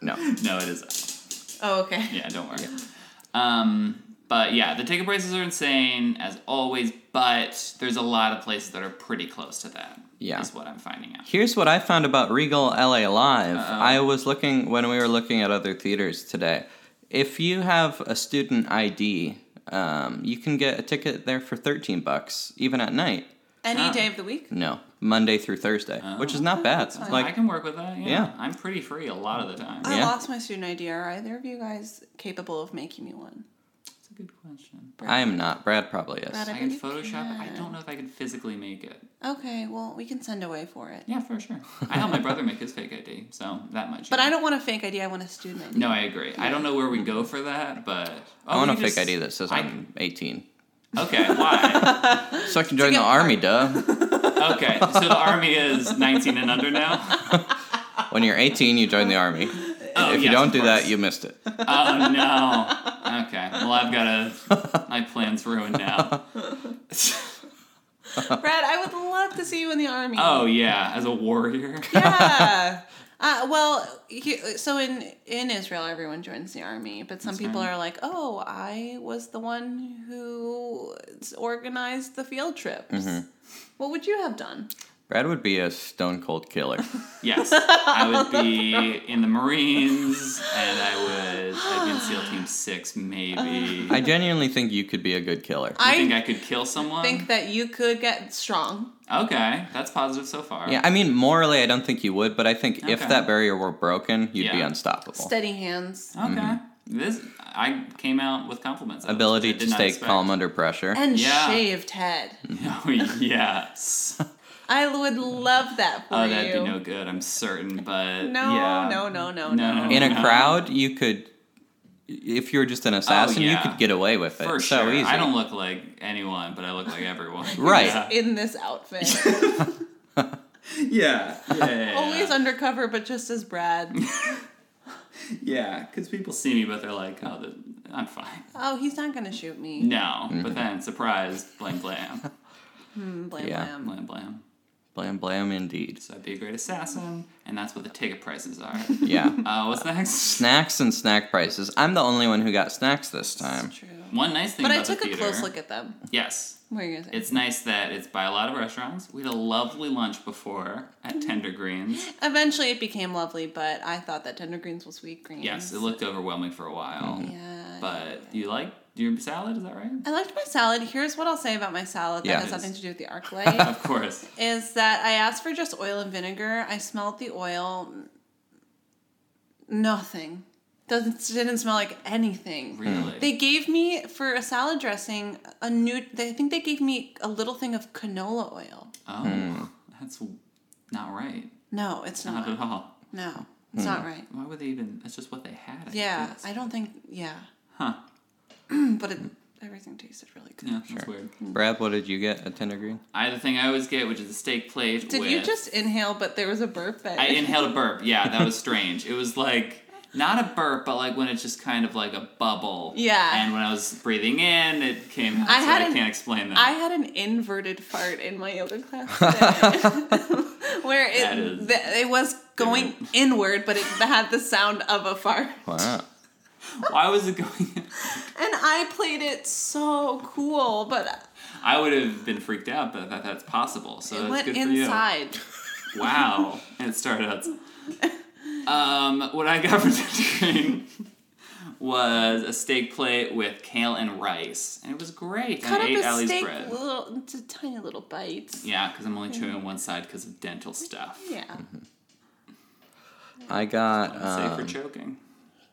B: No.
C: No, it is S.
A: oh okay.
C: Yeah, don't worry. Um, but yeah, the ticket prices are insane as always. But there's a lot of places that are pretty close to that.
B: Yeah.
C: is what I'm finding out.
B: Here's what I found about Regal LA Live.
C: Uh-oh.
B: I was looking when we were looking at other theaters today. If you have a student ID, um, you can get a ticket there for thirteen bucks, even at night.
A: Any
C: Ah.
A: day of the week.
B: No, Monday through Thursday,
C: Oh.
B: which is not bad.
A: fine.
C: I
B: Like,
C: can work with that. Yeah.
B: Yeah.
C: I'm pretty free a lot of the time.
A: I
B: Yeah.
A: lost my student ID. Are either of you guys capable of making me one?
C: That's a good question.
A: Brad.
B: I am not. Brad probably is.
A: Brad, I
C: I can
A: bet you
C: Photoshop it. I
A: can.
C: don't know if I could physically make it.
A: Okay, well, we can send away for it.
C: Yeah, for sure. I helped my brother make his fake ID, so that much.
A: But I don't want a fake idea. I want a student ID.
C: No, I agree. I don't know where we go for that, but
B: I want
C: Oh,
B: a
C: we
B: fake
C: just-
B: ID that says
C: I-
B: I'm 18.
C: Okay, why?
B: So I can join the
A: get-
B: army, duh.
C: okay, so the army is 19 and under now.
B: When you're 18, you join the army.
C: Oh,
B: if you
C: yes,
B: don't
C: of
B: do that,
C: course.
B: you missed it.
C: Oh no. Okay. Well, I've got a my plan's ruined now.
A: Brad, I would love to see you in the army.
C: oh yeah, as a warrior.
A: yeah. Uh, well, he, so in in Israel, everyone joins the army, but some people
C: right.
A: are like, "Oh, I was the one who organized the field trips."
B: Mm-hmm.
A: What would you have done?
B: Brad would be a stone cold killer.
C: Yes, I would be in the Marines, and I would I'd be in SEAL Team Six, maybe.
B: I genuinely think you could be a good killer.
C: You think
A: Uh, I
C: I could kill someone?
A: think that you could get strong.
C: okay, that's positive so far.
B: Yeah, I mean, morally, I don't think you would, but I think if
C: Okay.
B: that barrier were broken, you'd be
C: Yeah.
B: unstoppable.
A: Steady hands
C: Okay. This I came out with compliments. I
B: Mm-hmm. Ability
C: did
B: to
C: not
B: stay
C: expect.
B: calm under pressure.
A: and
C: Yeah.
A: shaved head.
C: Oh yes.
A: I would love that for
C: Oh,
A: you.
C: that'd be no good. I'm certain, but
A: No,
C: yeah.
A: no, no, no,
C: No,
A: no.
C: no,
B: in a
C: no.
B: crowd, you could, if you were just an assassin,
C: Oh, yeah.
B: you could get away with it.
C: For
B: so
C: sure.
B: easy.
C: I don't look like anyone, but I look like everyone.
B: Right.
C: Yeah.
A: In this outfit,
C: Yeah. Yeah. yeah,
A: always undercover, but just as Brad.
C: Yeah, because people see me, but they're like, "Oh, the, I'm fine."
A: Oh, he's not gonna shoot me.
C: No,
B: Mm-hmm.
C: but then surprise, blam blam,
A: Mm, Blam,
B: Yeah.
A: blam.
C: blam blam.
B: Blam, blam, indeed.
C: So I'd be a great assassin, and that's what the ticket prices are.
B: Yeah.
C: uh, what's next?
B: snacks and snack prices. I'm the only one who got snacks this time.
A: It's true.
C: One nice thing
A: But I
C: about
A: took
C: the
A: a
C: theater.
A: close look at them.
C: Yes,
A: What are you gonna say?
C: It's nice that it's by a lot of restaurants. We had a lovely lunch before
A: Mm-hmm.
C: at Tender Greens.
A: Eventually, it became lovely, but I thought that tender greens was sweet greens.
C: Yes, it looked overwhelming for a while.
A: Yeah.
C: But you like your salad? Is that right?
A: I liked my salad. Here's what I'll say about my salad that
B: Yeah.
A: has nothing to do with the arc light:
C: Of course.
A: is that I asked for just oil and vinegar. I smelled the oil. Nothing. Doesn't didn't smell like anything.
C: Really?
A: They gave me for a salad dressing a new. They, I think they gave me a little thing of canola oil.
C: oh, that's not right.
A: No, it's
C: Not
A: not.
C: at all.
A: No,
C: Hmm.
A: it's not right.
C: Why would they even? That's just what they had. I
A: Yeah,
C: guess.
A: I don't think. Yeah,
C: Huh.
A: but it, everything tasted really good.
C: Yeah, that's weird.
B: Brad, what did you get at Tender Green?
C: I had the thing I always get, which is a steak plate.
A: Did
C: with,
A: you just inhale? But there was a burp. Bag.
C: I inhaled a burp. Yeah, that was strange. It was like not a burp, but like when it's just kind of like a bubble.
A: Yeah.
C: And when I was breathing in, it came out.
A: I
C: so
A: had
C: I
A: an-
C: can't explain that.
A: I had an inverted fart in my yoga class today, where it
C: That is
A: th- it was going inward, but it had the sound of a fart.
B: Wow.
C: Why was it going?
A: And I played it so cool, but
C: I would have been freaked out, but that that's possible. So
A: it
C: Oh, that's
A: went
C: good
A: inside.
C: for you. Wow! and it started out. Um, what I got for dinner was a steak plate with kale and rice, and it was great.
A: Cut
C: and I ate
A: up a
C: Ellie's
A: steak
C: bread.
A: little into tiny little bites.
C: Yeah, because I'm only chewing on one side because of dental stuff.
A: Yeah.
B: I got
C: Safe for
B: um,
C: choking.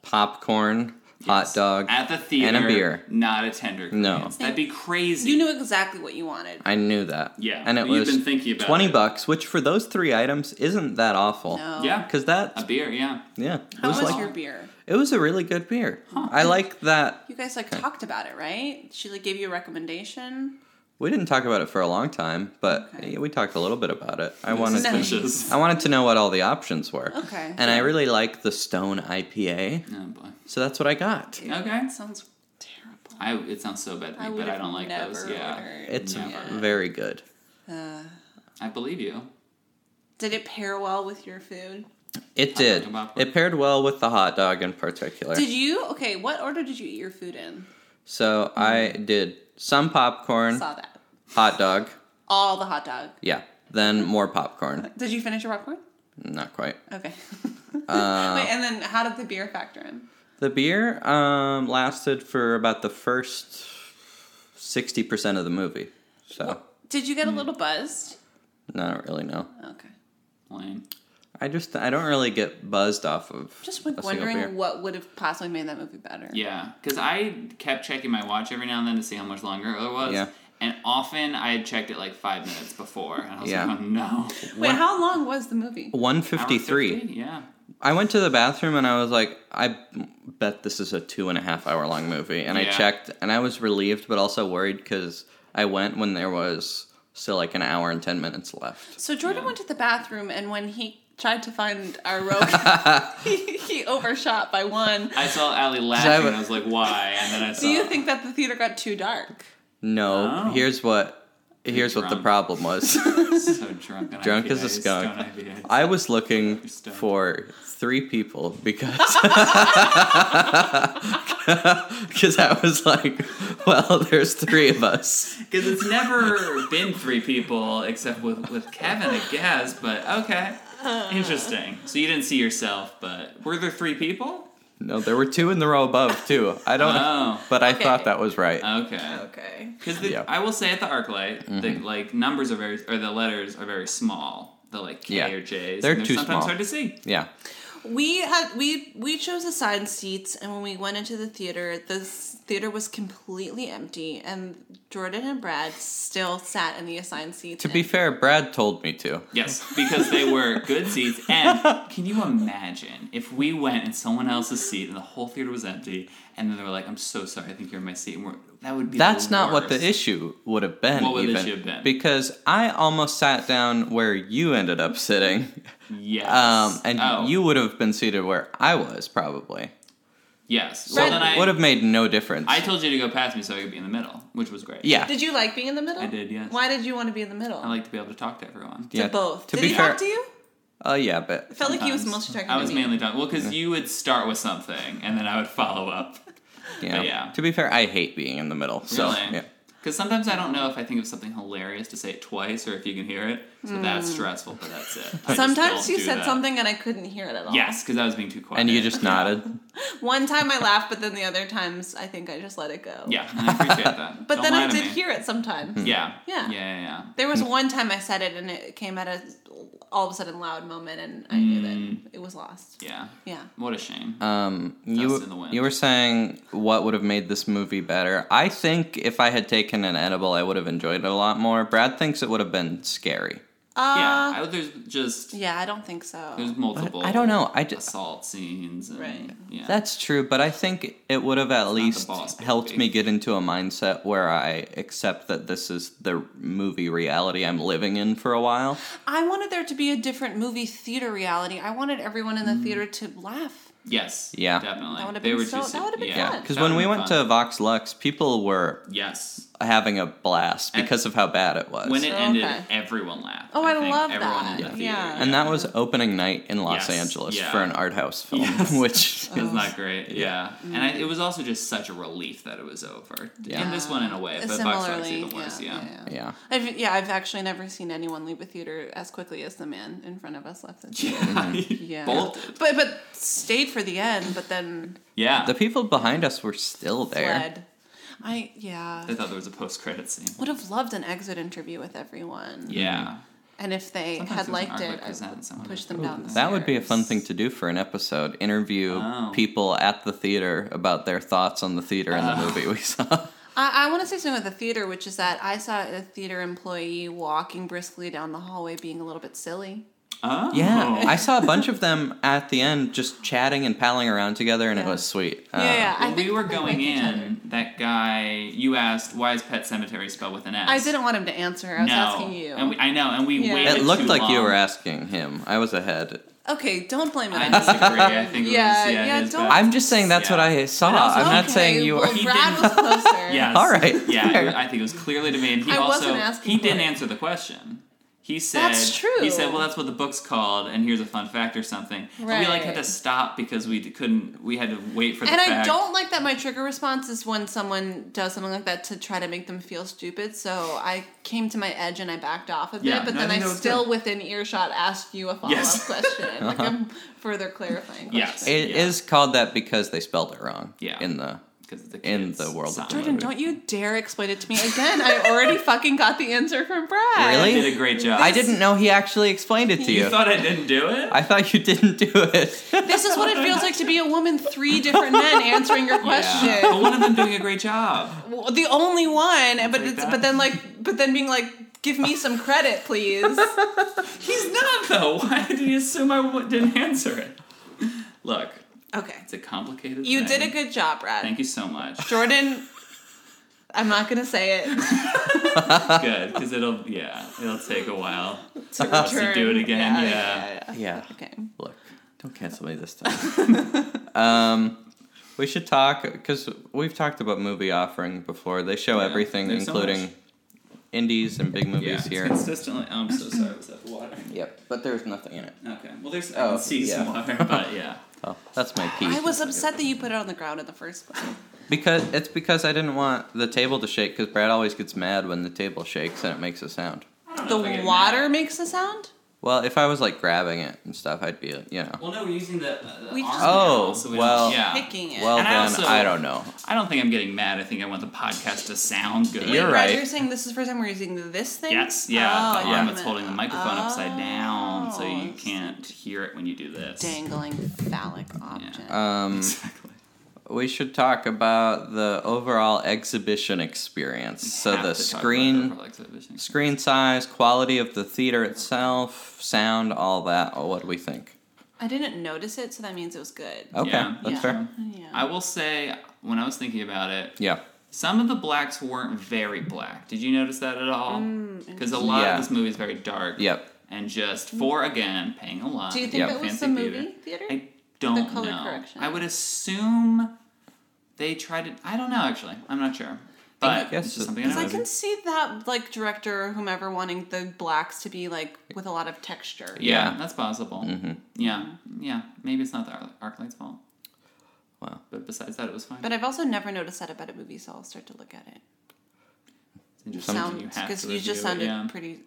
B: popcorn, hot
C: Yes.
B: dog.
C: at the theater
B: and a beer.
C: not a tender.
B: No.
C: Greens. that'd be crazy.
A: You knew exactly what you wanted.
B: I knew that.
C: Yeah,
B: and it
C: you've
B: was
C: been thinking about
B: twenty
C: it.
B: bucks, which for those three items isn't that awful.
A: No.
C: yeah,
B: Because
C: a
B: that,
C: beer. Yeah,
B: yeah, it
A: How was,
B: like
A: your beer?
B: it was a really good beer. I like that.
A: You guys like talked about it, right? She like gave you a recommendation.
B: We didn't talk about it for a long time, but
A: Okay.
B: yeah, we talked a little bit about it. I wanted
A: Nice.
B: to,
C: delicious. Oh,
B: I wanted to know what all the options were.
A: Okay.
B: And I really like the Stone IPA,
C: Oh boy.
B: so that's what I got.
C: Okay.
A: That sounds terrible.
C: I, it sounds so bad, to me, but
A: would've
C: I don't like
A: never
C: those. Yeah,
A: ordered.
B: It's
A: Yeah.
B: very good.
A: Uh,
C: I believe you.
A: did it pair well with your food?
B: It
C: dog
B: did.
C: and popcorn.
B: It paired well with the hot dog in particular.
A: Did you? Okay, what order did you eat your food in?
B: so I did some popcorn,
A: Saw that.
B: hot dog,
A: All the hot dog.
B: yeah, then more popcorn.
A: Did you finish your popcorn?
B: Not quite.
A: Okay.
B: Uh,
A: Wait, and then how did the beer factor in?
B: The beer um, lasted for about the first 60% of the movie. So, Hmm.
A: Did you get a little buzzed?
B: not really, no.
A: Okay.
C: Lame.
B: I just I don't really get buzzed off of
A: Just
B: a
A: like
B: single beer.
A: wondering what would have possibly made that movie better.
C: Yeah, because I kept checking my watch every now and then to see how much longer it was.
B: Yeah.
C: And often I had checked it like five minutes before, and I was
B: Yeah.
C: like, oh no.
A: Wait, how long was the movie?
B: 153.
C: Hour 50? Yeah.
B: I went to the bathroom and I was like, I bet this is a two and a half hour long movie. And I
C: Yeah.
B: checked and I was relieved but also worried because I went when there was still like an hour and 10 minutes left.
A: So Jordan
C: Yeah.
A: went to the bathroom, and when he tried to find our rope, he, he overshot by one.
C: I saw Ali
B: I
C: laughing,
B: w-
C: and I was like, why? And then I saw.
A: Do you think that the theater got too dark?
B: No,
C: Oh.
B: here's what. Here's what the
C: drunk.
B: problem was.
C: so drunk? on
B: Drunk as a
C: IPAs,
B: skunk.
C: stoned IPAs.
B: I was looking
C: stoned.
B: for three people because because I was like, well, there's three of us.
C: Because it's never been three people except with, with Kevin, I guess, but okay. Interesting. So you didn't see yourself, but were there three people?
B: No, there were two in the row above too. I don't know,
C: Oh.
B: but I
A: Okay.
B: thought that was right.
C: Okay.
A: Okay.
C: Because
B: Yeah. Mm-hmm.
C: I will say at the ArcLight, the like numbers are very, or the letters are very small. The like K
B: Yeah.
C: or J's.
B: They're
C: and
B: too
C: sometimes
B: small.
C: hard to see.
B: yeah,
A: We had we we chose assigned seats, and when we went into the theater, this theater was completely empty, and Jordan and Brad still sat in the assigned seats.
B: To be fair, Brad told me to.
C: Yes, because they were good seats. And can you imagine if we went in someone else's seat and the whole theater was empty, and then they were like, "I'm so sorry, I think you're in my seat." And we're, that would be.
B: That's
C: the
B: not what
C: worst.
B: the issue would have been.
C: What would the
B: even,
C: issue have been?
B: Because I almost sat down where you ended up sitting,
C: Yes.
B: um, and
C: Oh,
B: you would have been seated where I was probably.
C: Yes. Well,
A: Right.
C: then I
B: would have made no difference.
C: I told you to go past me so I could be in the middle, which was great.
B: yeah,
A: did you like being in the middle?
C: I did, yes.
A: Why did you want to be in the middle?
C: I like to be able to talk to everyone.
A: to
B: yeah.
A: both.
B: To
A: did
B: be
A: he
B: fair,
A: talk to you?
B: Oh yeah, but
A: I felt like he was
C: Sometimes.
A: mostly talking
C: I
A: to
C: was
A: me.
C: mainly talking. Well, because you would start with something and then I would follow up.
B: yeah.
C: But yeah.
B: To be fair, I hate being in the middle. So
C: Really?
B: yeah.
C: Because sometimes I don't know if I think of something hilarious to say it twice or if you can hear it. So that's stressful, but that's it. I just
A: Hmm. Sometimes
C: don't
A: you
C: do
A: said
C: that.
A: something and I couldn't hear it at all.
C: Yes, because I was being too quiet.
B: And you just nodded.
A: One time I laughed, but then the other times I think I just let it go.
C: Yeah, and I appreciate that.
A: But
C: Don't
A: then
C: lie
A: I
C: to
A: did
C: me.
A: hear it
B: Mm-hmm.
A: sometimes.
C: Yeah.
A: Yeah.
C: Yeah, yeah, yeah.
A: There was one time I said it and it came at a all of a sudden loud moment and I knew that it was lost.
C: Hmm. Yeah.
A: Yeah.
C: What a shame.
B: Um,
C: in the
B: you
C: wind.
B: you were saying what would have made this movie better. I think if I had taken an edible, I would have enjoyed it a lot more. Brad thinks it would have been scary.
A: Uh,
C: yeah, I, there's just
A: yeah, I don't think so.
C: there's multiple.
B: I don't know. I just
C: assault scenes. And,
A: Right.
C: Yeah.
B: that's true, but I think it would have at least
C: boss
B: helped
C: movie.
B: me get into a mindset where I accept that this is the movie reality I'm living in for a while.
A: I wanted there to be a different movie theater reality. I wanted everyone in
C: Hmm.
A: the theater to laugh.
C: yes.
B: Yeah.
C: Definitely.
A: That would've
C: They
A: been
C: were
A: so-
C: too
A: that would've been
C: yeah.
A: fun.
B: Because
C: That
B: when
C: would've
B: we
C: been
B: went
C: fun.
B: to Vox Lux, people were
C: yes.
B: having a blast because of how bad it was.
C: When it
A: Oh,
C: ended,
A: okay.
C: everyone laughed.
A: Oh, I
C: think
A: love
C: everyone
A: that.
C: In the theater,
A: Yeah.
B: and that was opening night in Los
C: Yes,
B: Angeles
C: yeah.
B: for an art house film,
C: Yes.
B: which
C: It's not great. Yeah. And I, it
A: Mm.
C: was also just such a relief that it was over.
B: Yeah.
C: And this one in a way, but Box Office even worse. Yeah.
B: yeah.
A: I've, Uh, yeah, I've actually never seen anyone leave a theater as quickly as the man in front of us left the theater.
B: Mm-hmm.
A: Yeah.
C: Bolted.
A: But but stayed for the end, but then
C: Yeah.
B: The people behind us were still there.
A: fled. I yeah.
C: I thought there was a post credit scene.
A: Would have loved an exit interview with everyone.
B: Mm-hmm.
C: Yeah.
A: And if they
C: Sometimes
A: had
C: there's an
A: liked
C: artwork
A: it, I
C: present
A: would
C: someone
A: push
C: that-
A: them down. The
B: That would be a fun
A: stairs.
B: thing to do for an episode. Interview
C: Oh.
B: people at the theater about their thoughts on the theater and the movie we saw.
A: I, I want to say something with the theater, which is that I saw a theater employee walking briskly down the hallway, being a little bit silly.
C: Oh.
B: Yeah, I saw a bunch of them at the end just chatting and palling around together, and it
A: Yeah.
B: was sweet. Uh,
A: yeah, yeah. I
C: when
A: think
C: we were
A: they
C: going
A: liked each other.
C: in, that guy, you asked, why is Pet Cemetery spelled with an S?
A: I didn't want him to answer. I was
C: no.
A: asking you.
C: And we, I know, and we
A: Yeah.
C: waited.
B: It looked
C: too
B: like you
C: long.
B: were asking him. I was ahead.
A: okay, don't blame it.
C: I
A: on me.
C: disagree. I think it was
A: Yeah,
C: just, yeah,
A: yeah,
C: his
A: don't-
C: bad.
B: I'm just saying that's
C: Yeah.
B: what I saw.
C: And also-
B: I'm not
A: Okay,
B: saying you were.
A: Well,
C: He
A: Brad
C: didn't-
A: was closer.
C: Yes.
B: All right. Fair.
C: Yeah, I think it was clearly to me. And he
A: I
C: also
A: wasn't asking
C: he
A: for
C: didn't
A: it.
C: answer the question. He said
A: That's true.
C: He said, "Well, that's what the book's called, and here's a fun fact or something." And we like had to
A: Right.
C: stop because we d- couldn't. We had to wait for the
A: And I
C: fact.
A: don't like that my trigger response is when someone does something like that to try to make them feel stupid. So I came to my edge and I backed off a bit,
C: Yeah,
A: but
C: no, I
A: then I
C: think that was
A: still
C: good.
A: within earshot asked you a follow up
C: Yes.
A: question. Like I'm further clarifying.
C: Yes.
A: Question.
B: It is
C: Yeah.
B: called that because they spelled it wrong.
C: Yeah.
B: In the
C: because it's a
B: In
C: kids
B: the world of
C: song.
B: the
A: Jordan, don't you dare explain it to me again. I already fucking got the answer from Brad.
C: I
B: Really?
C: did a great job.
B: I didn't know he actually explained it to
C: You
B: you.
C: thought I didn't do it?
B: I thought you didn't do it.
A: This is what it feels like to be a woman, three different men answering your question.
C: Yeah. But one of them doing a great job.
A: Well, the only one, and- but
C: Like
A: it's,
C: that?
A: but then like but then being like, give me some credit, please.
C: He's not though. Why did you assume I w- didn't answer it? Look,
A: Okay,
C: it's a complicated.
A: you
C: thing.
A: did a good job, Brad.
C: Thank you so much.
A: Jordan. I'm not gonna say it.
C: Good, because it'll yeah, it'll take a while.
A: To
C: us to do it again, yeah.
B: Yeah.
A: Okay.
B: Look, don't cancel me this time. um, we should talk because we've talked about movie offering before. They show
C: Yeah,
B: everything,
C: there's so
B: including
C: much.
B: indies and big
C: Yeah,
B: movies
C: it's
B: here.
C: consistently. oh, I'm so sorry. Was that water?
B: Yep, but there's nothing in it.
C: Okay. Well, there's I
B: Oh,
C: can see some
B: yeah.
C: water, but yeah.
B: Oh, that's my pee.
A: I was upset that you put it on the ground in the first place.
B: because it's because I didn't want the table to shake. Because Brad always gets mad when the table shakes and it makes a sound.
C: I don't know if I
A: The
C: get
A: water
C: mad.
A: makes a sound.
B: Well, if I was like grabbing it and stuff, I'd be uh, you know.
C: Well, no, we're using the. the
A: We
C: arm
A: just-
B: Oh,
C: now, so we
B: well.
C: Don't, yeah.
A: Picking it.
B: Well
C: And I
B: then,
C: also-
B: I don't know.
C: I don't think I'm getting mad. I think I want the podcast to sound good.
B: You're
A: Brad,
B: right.
A: You're saying this is the first time we're using this thing.
C: Yes, yeah,
A: Oh,
C: the
A: I
C: arm
A: thought
C: that's
A: you
C: holding the
A: meant-
C: microphone upside down, so you
A: Oh,
C: can't hear it when you do this.
A: Dangling phallic object.
C: Uh,
B: Um,
C: Exactly.
B: We should talk about the overall exhibition experience. So
C: Have
B: the
C: to talk about
B: screen,
C: overall exhibition.
B: screen size, quality of the theater itself, sound, all that. Oh, what do we think?
A: I didn't notice it, so that means it was good.
B: Okay,
C: Yeah.
B: that's
A: yeah.
B: fair.
A: Yeah.
C: I will say, when I was thinking about it,
B: Yeah,
C: some of the blacks weren't very black. Did you notice that at all?
A: Mm,
C: Because a lot
B: Yeah.
C: of this movie is very dark.
B: yep.
C: And just for again paying a lot.
A: Do you
B: Yeah.
A: think that was
C: fancy
A: the movie
C: theater.
A: theater?
C: I don't
A: color
C: know.
A: correction.
C: I would assume they tried to. I don't know actually. I'm not sure. But
B: guess
C: it's
B: it-
C: just something I
A: Because I
C: noticed.
A: can see that, like, director or whomever wanting the blacks to be, like, with a lot of texture.
C: Yeah,
B: Yeah. Mm-hmm.
C: that's possible. Yeah, yeah. Maybe it's not the arc- ArcLight's fault.
B: Wow.
C: But besides that, it was fine.
A: But I've also never noticed that about a movie, so I'll start to look at it.
C: It's just something
A: Sounds because you, just
C: review,
A: sounded
C: yeah.
A: pretty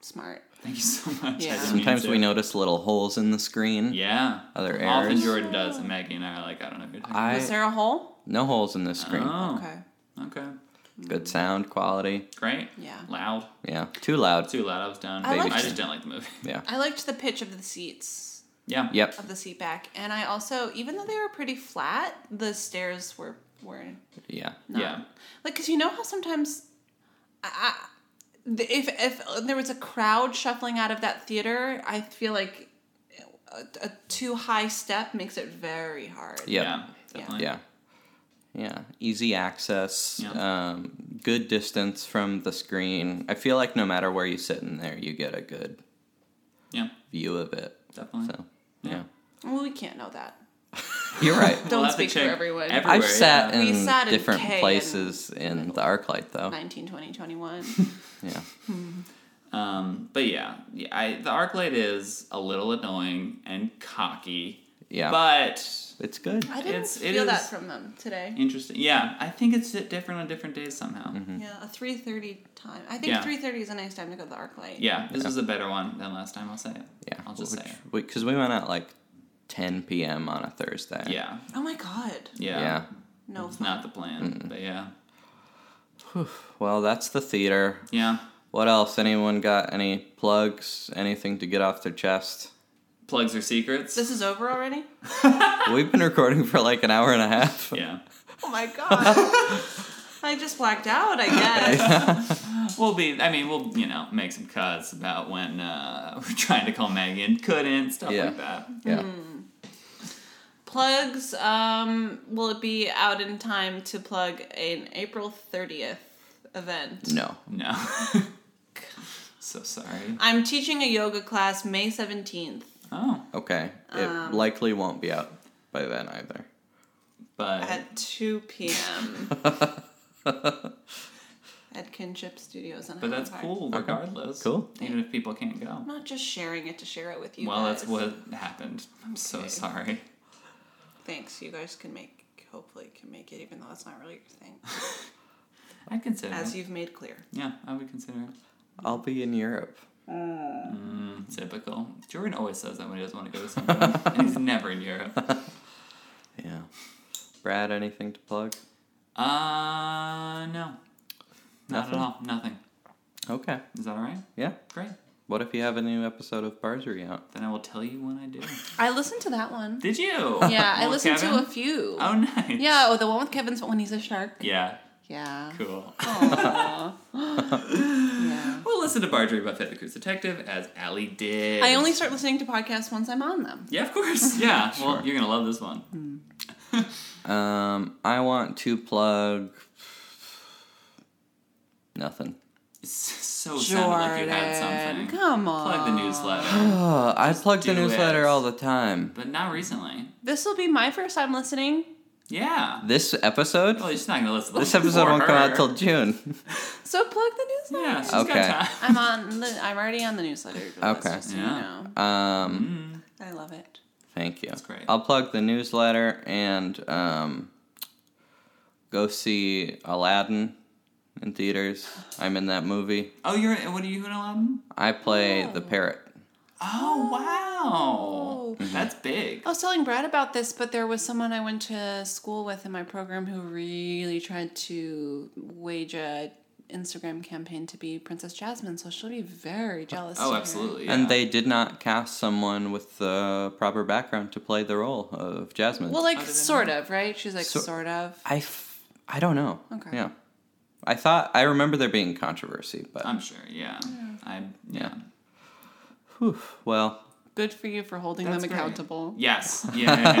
A: smart.
C: Thank you so much. I
A: Yeah.
C: didn't mean
B: Sometimes
C: to.
B: we notice little holes in the screen.
C: Yeah.
B: Other
C: Often
B: errors.
C: Jordan does, and Maggie and I are like, I don't know. What you're talking
B: I
A: was there a hole?
B: no holes in this screen.
C: about.
A: Okay.
C: Oh. Okay.
B: Good sound quality.
C: Great.
A: Yeah.
C: Loud.
B: Yeah, too loud.
C: Too loud. I was done.
A: I
C: I,
A: liked-
C: just didn't like the movie.
B: Yeah.
A: I liked the pitch of the seats
C: Yeah.
B: Yep.
A: of the seat back, and I also, even though they were pretty flat, the stairs were were
B: Yeah.
A: not.
C: Yeah.
A: like because you know how sometimes I, I, the- if if there was a crowd shuffling out of that theater i feel like a, a too high step makes it very hard
B: Yep.
C: Yeah. Definitely.
B: Yeah. Yeah. Easy access.
C: Yeah.
B: Um, good distance from the screen. I feel like no matter where you sit in there, you get a good
C: Yeah.
B: view of it.
C: Definitely.
B: So, yeah.
A: well we can't know that
B: You're right.
A: Don't
C: have to
A: speak for
C: check
A: everyone.
C: everywhere,
B: I've sat
C: yeah.
A: We
B: in
A: sat in
B: different
A: K and-
B: places in the ArcLight, though.
A: 19 20 21
B: Yeah.
C: Um, but yeah, yeah I, the ArcLight is a little annoying and cocky.
B: Yeah.
C: But
B: it's good.
A: i didn't
C: It's- it
A: feel that
C: is-
A: from them today
C: Interesting. Yeah, I think it's different on different days somehow.
B: Mm-hmm.
A: yeah a 3.30 time i think
C: Mm. Yeah.
A: 3.30 is a nice time to go to the arc light
C: Yeah, this
B: Yeah.
C: was a better one than last time. I'll say it.
B: Yeah.
C: I'll just say
B: Because we, went out like 10 p.m. on a Thursday.
C: it. Yeah,
A: oh my god
C: yeah,
B: Yeah.
A: no
C: It's not the plan, but yeah,
B: Well, that's the theater.
C: yeah.
B: What else? Anyone got any plugs? Anything to get off their chest?
C: Plugs are secrets.
A: this is over already
B: We've been recording for like an hour and a half.
C: yeah,
A: oh my god i just blacked out i guess
C: we'll be. I mean, we'll you know make some cuts about when uh, we're trying to call Maggie and couldn't stuff
B: Yeah.
C: like that.
B: Yeah.
C: Mm.
A: plugs um will it be out in time to plug an april 30th event
B: No.
C: No, so sorry.
A: i'm teaching a yoga class may 17th
C: Oh,
B: Okay. It
A: Um,
B: likely won't be out by then either.
C: but
A: at 2 p.m at kinship studios in
C: but that's
A: Highland Park.
C: cool regardless.
B: Cool.
C: Even if people can't go.
A: i'm not just sharing it to share it with you
C: Well, that's
A: guys.
C: what happened. I'm so
A: Okay.
C: sorry.
A: thanks you guys can make hopefully can make it even though that's not really your thing
C: I consider.
A: as
C: it.
A: you've made clear
C: Yeah, I would consider. it.
B: I'll be in Europe.
C: Typical. Jordan always says that when he doesn't want to go to something, and he's never in Europe.
B: Yeah. Brad, anything to plug?
C: Uh, no. Not
B: Nothing?
C: at all. Nothing.
B: Okay.
C: Is that all right?
B: Yeah.
C: Great.
B: What if you have a new episode of Barsery out?
C: Then I will tell you when I do.
A: I listened to that one.
C: Did you?
A: Yeah, I
C: Well,
A: listened
C: Kevin?
A: to a few.
C: Oh, nice.
A: Yeah, oh, the one with Kevin's when he's a shark.
C: Yeah.
A: Yeah.
C: Cool.
A: Aw. yeah.
C: We'll listen to Marjorie Buffett, the Cruise Detective, as Allie did.
A: I only start listening to podcasts once I'm on them.
C: Yeah, of course. Yeah.
B: Sure.
C: Well, you're gonna love this one.
B: Um, I want to plug nothing.
C: It's so sounded like you had
A: Jordan,
C: something.
A: Come on.
C: Plug the newsletter,
B: Oh, I plug the
C: do
B: newsletter
C: it.
B: all the time.
C: but not recently.
A: This will be my first time listening.
C: Yeah.
B: This episode?
C: Well, you're just not gonna listen.
B: This episode
C: for
B: won't come
C: her.
B: out till June.
A: So plug the newsletter.
C: Yeah, she's
B: Okay.
C: got time.
A: I'm on the I'm already on the newsletter. but that's
B: Okay.
A: just so
C: Yeah.
A: You know.
B: Um,
C: Mm,
A: I love it.
B: thank you.
C: great.
B: I'll plug the newsletter and um, go see Aladdin in theaters. I'm in that movie.
C: Oh, you're. What are you in Aladdin?
B: I play
A: Oh.
B: the parrot.
C: Oh,
A: Mm-hmm.
C: wow. That's big.
A: I was telling Brad about this, but there was someone I went to school with in my program who really tried to wage a Instagram campaign to be Princess Jasmine, so she'll be very jealous. to
C: Oh,
A: hear.
C: absolutely. yeah.
B: And they did not cast someone with the proper background to play the role of Jasmine.
A: Well, like
C: How did they
A: sort of, right? She's like
B: So-
A: sort of.
B: I, f- I don't know.
A: Okay.
B: Yeah. I thought, I remember there being controversy, but.
C: I'm sure. Yeah. I. Yeah.
B: whew, well,
A: Good for you for holding
C: That's
A: them
C: great.
A: accountable.
C: Yes. Yeah. yeah,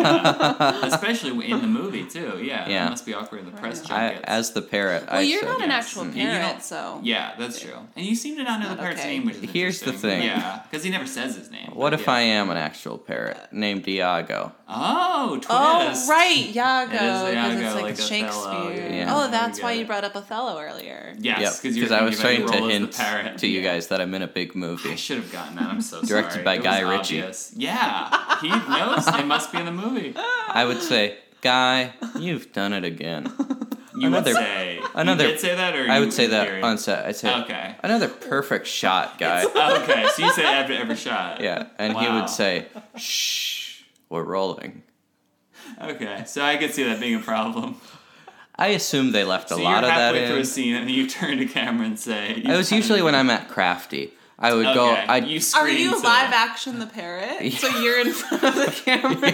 C: yeah. Especially in the movie too. Yeah.
B: Yeah.
C: It must be awkward in the press
B: I,
C: junkets.
B: as the parrot,
A: Well,
B: I
A: you're
B: said
A: not an
B: yes.
A: actual
B: Mm.
A: parent,
C: Mm-hmm. you don't-
A: so
C: Yeah, that's true. And you seem to not know the
A: not
C: parrot's
A: okay.
C: name, which is
B: Here's the
C: interesting.
B: thing.
C: Yeah, because he never says his name.
B: What
C: but
B: if
C: yeah.
B: I am an actual parrot named Iago?
C: Oh, twist.
A: Oh right, Iago,
C: It is
A: because
C: Iago,
A: it's like,
C: like
A: Shakespeare.
C: Othello,
B: yeah.
A: Oh,
C: Yeah,
A: that's
C: we
A: why
C: get
A: you
C: it.
A: brought up Othello earlier.
C: Yes,
B: because
C: because you're
B: I was trying
C: thinking about
B: to
C: your role
B: hint
C: as the parrot.
B: to you guys that I'm in a big movie.
C: I should have gotten that. I'm so sorry.
B: Directed by
C: It was
B: Guy Ritchie.
C: obvious. Yeah, he knows. it must be in the movie.
B: I would say, Guy, you've done it again.
C: You
B: Another-
C: would say.
B: another-
C: You did say that, or
B: I
C: you-
B: would say
C: you
B: that
C: hear it?
B: on set. I'd say,
C: Okay.
B: another perfect shot, Guy.
C: okay, so you say after every shot.
B: Yeah, and he
C: Wow.
B: would say, shh, we're rolling.
C: Okay, so I could see that being a problem.
B: I assume they left a
C: So
B: lot
C: you're
B: of that
C: halfway through a
B: in.
C: scene and you turn to camera and say.
B: It was usually when I'm at Crafty. I would go,
C: Okay,
B: I'd,
C: you
A: Are
C: scream
A: you
C: to
A: live
C: them.
A: action the parrot? So you're in front of the camera.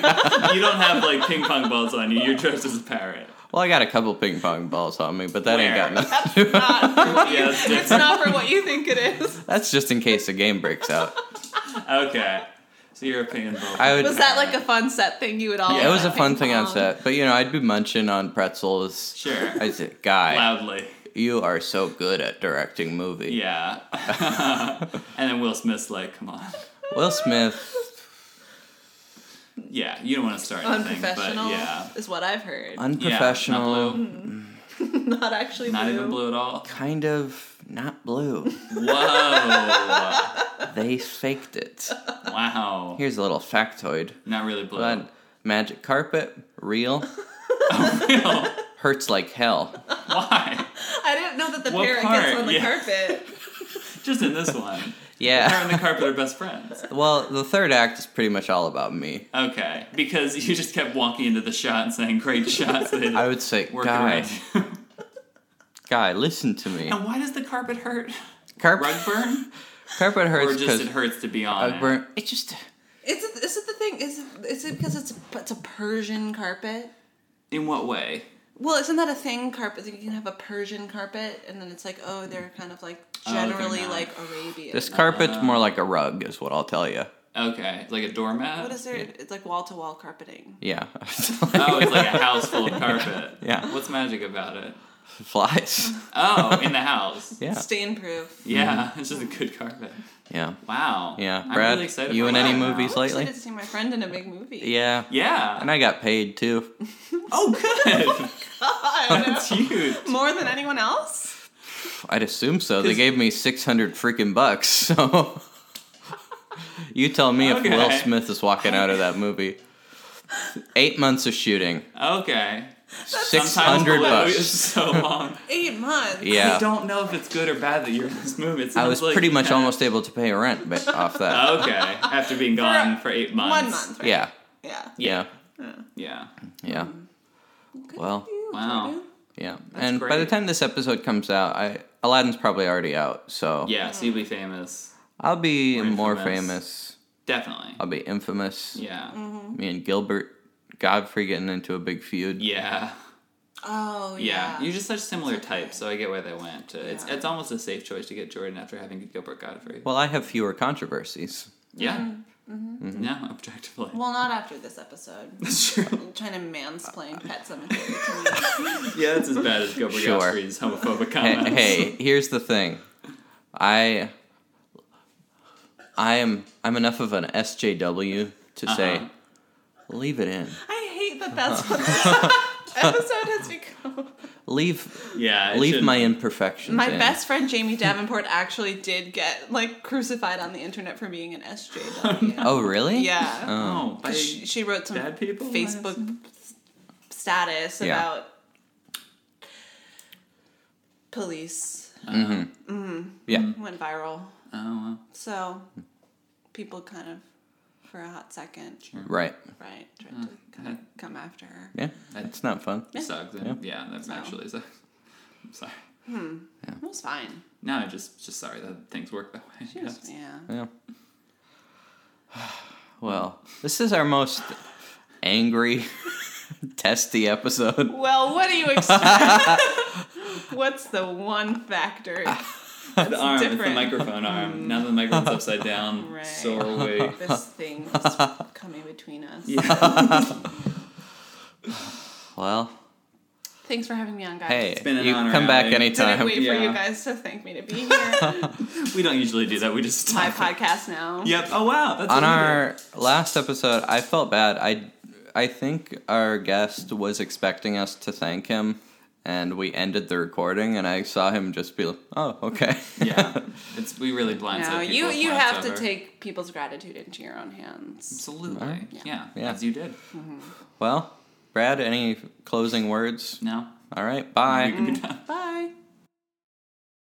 C: You don't have like ping pong balls on you. You're dressed as a parrot.
B: well, I got a couple ping pong balls on me, but that ain't got
C: Where?
B: nothing.
A: Not for what
C: Yeah,
A: you,
C: that's
A: it's
C: different.
A: not for what you think it is.
B: That's just in case a game breaks out.
C: Okay. So you're a ping pong. ball.
B: I would-
A: Was that like a fun set thing you would all?
C: Yeah,
B: It was a fun
A: ping
B: thing on
A: pong?
B: set, but you know, I'd be munching on pretzels.
C: Sure.
B: I said, Guy,
C: Loudly.
B: you are so good at directing movie.
C: Yeah. and then Will Smith's like, come on.
B: Will Smith,
C: Yeah, you don't want to start anything, but
A: Unprofessional
C: yeah.
A: is what I've heard.
C: Yeah, not
B: unprofessional,
C: blue.
A: not actually
C: Not
A: blue.
C: even blue at all.
B: kind of not blue.
C: Whoa.
B: they faked it.
C: Wow.
B: Here's a little factoid.
C: Not really blue.
B: But magic carpet, real, hurts like hell.
C: Why?
A: I didn't know that the
C: What
A: parrot
C: part?
A: gets on the
C: Yeah.
A: carpet.
C: Just in this one. Her and
B: Yeah.
C: the carpet are best friends.
B: Well, the third act is pretty much all about me.
C: Okay. Because you just kept walking into the shot and saying, great shots. They
B: I would say,
C: work
B: Guy,
C: around you.
B: Guy, listen to me.
C: And why does the carpet hurt?
B: Carp-
C: Rug burn?
B: carpet
C: Or
B: hurts
C: just it
B: because
C: hurts to be on
B: rug
C: it?
B: burn. It just.
A: Is it? Is it the thing? Is it? Is it because it's it's a Persian carpet?
C: In what way?
A: Well, isn't that a thing? Carpet you can have a Persian carpet, and then it's like, oh, they're kind of like
C: Oh, they're
A: generally
C: not.
A: like Arabian.
B: This carpet's more like a rug, is what I'll tell you.
C: Okay, like a doormat.
A: What is there? It's like wall to wall carpeting.
B: Yeah.
C: Oh, it's like a house full of carpet.
B: Yeah.
C: What's magic about it?
B: Flies.
C: Oh, in the house.
B: Yeah.
A: Stain proof.
C: Yeah, it's just a good carpet.
B: Yeah.
C: Wow.
B: Yeah.
C: I'm
B: Brad,
C: really excited
B: you
C: for
B: in any
C: that now.
B: movies
A: I'm
B: lately?
A: excited to see my friend in a big movie.
B: Yeah.
C: Yeah.
B: And I got paid too.
C: oh, good.
A: God,
C: That's huge.
A: more than anyone else.
B: I'd assume so. They
C: Is-
B: gave me 600 freaking bucks, so. you tell me if Will
C: Okay.
B: Smith is walking out of that movie. Eight months of shooting.
C: Okay. Sometimes
B: 600
C: the movie is
B: bucks.
C: so long.
A: Eight months.
C: I
B: Yeah.
C: don't know if it's good or bad that you're in this movie. It
B: I was
C: sounds like
B: pretty
C: you
B: much
C: kinda-
B: almost able to pay rent ba- off that.
C: Okay, after being gone for eight months.
A: One month. Right?
B: Yeah.
A: Yeah.
B: Yeah.
C: Yeah.
B: Yeah. Well,
A: You,
C: Wow.
A: Jordan.
B: Yeah.
C: That's
B: and by the
C: great.
B: time this episode comes out, I Aladdin's probably already out, so
C: Yeah, so you'll be famous.
B: I'll be
C: Or
B: more
C: infamous.
B: famous.
C: Definitely.
B: I'll be infamous.
C: Yeah.
A: Mm-hmm.
B: Me and Gilbert Godfrey getting into a big feud.
C: Yeah.
A: Oh
C: Yeah.
A: yeah.
C: You're just such similar types, so I get why they went. to It's
A: Yeah.
C: it's almost a safe choice to get Jordan after having Gilbert Godfrey.
B: Well, I have fewer controversies.
C: yeah. Mm-hmm. Yeah, objectively.
A: well, not after this episode.
C: That's true.
A: I'm trying to mansplain Pet Cemetery to me.
C: Yeah, it's as bad as Gilbert
B: Sure.
C: Godfrey's homophobic
B: hey,
C: comments.
B: hey, here's the thing. I I am I'm enough of an SJW to say
C: Uh-huh.
B: leave it in.
A: I hate that that's what this episode has become.
B: Leave
C: Yeah. it
B: leave
C: shouldn't-
B: my imperfections.
A: My
B: in.
A: best friend Jamie Davenport actually did get like crucified on the internet for being an SJW.
B: Oh, really?
A: Yeah.
C: Oh, by
A: she, she wrote some
C: bad people?
A: Facebook status
B: Yeah.
A: about police.
C: Mm.
B: Yeah.
A: Went viral.
C: Oh,
A: So people kind of, for a hot second,
B: Right.
A: right,
C: Mm. uh,
A: tried to kind of come after her.
B: Yeah. It's not fun.
C: well, sucks. Yeah, that actually sucks. I'm sorry.
A: It was fine.
C: No, I just just sorry that things work that way.
A: It was-
C: Yes.
A: yeah.
B: Yeah. Well, this is our most angry, testy episode.
A: Well, what do you expect? What's the one factor?
C: the arm, it's the
A: different.
C: microphone arm. Now that the microphone's upside down,
A: Right.
C: so are we.
A: This thing is coming between us.
B: Well,
A: Thanks for having me on, guys.
B: hey,
A: Didn't
C: been an
B: you
C: honor,
B: can come back
C: Allie.
B: anytime.
A: wait for you
C: Yeah.
A: guys to thank me to be here.
C: We don't usually do that. We just
A: My podcast now.
C: Yep. Oh wow. That's
B: On
C: what we
B: our last episode, I felt bad. I I think our guest was expecting us to thank him, and we ended the recording, and I saw him just be like, "Oh, okay."
C: did. yeah, it's we really blindside
A: No,
C: people
A: you
C: with
A: you
C: lines
A: have to
C: over.
A: take people's gratitude into your own hands.
C: absolutely. Yeah. Yeah,
B: Yeah.
C: as you did.
B: well, Brad, any closing words?
C: No.
A: Mm.
B: All right, bye.
A: Bye.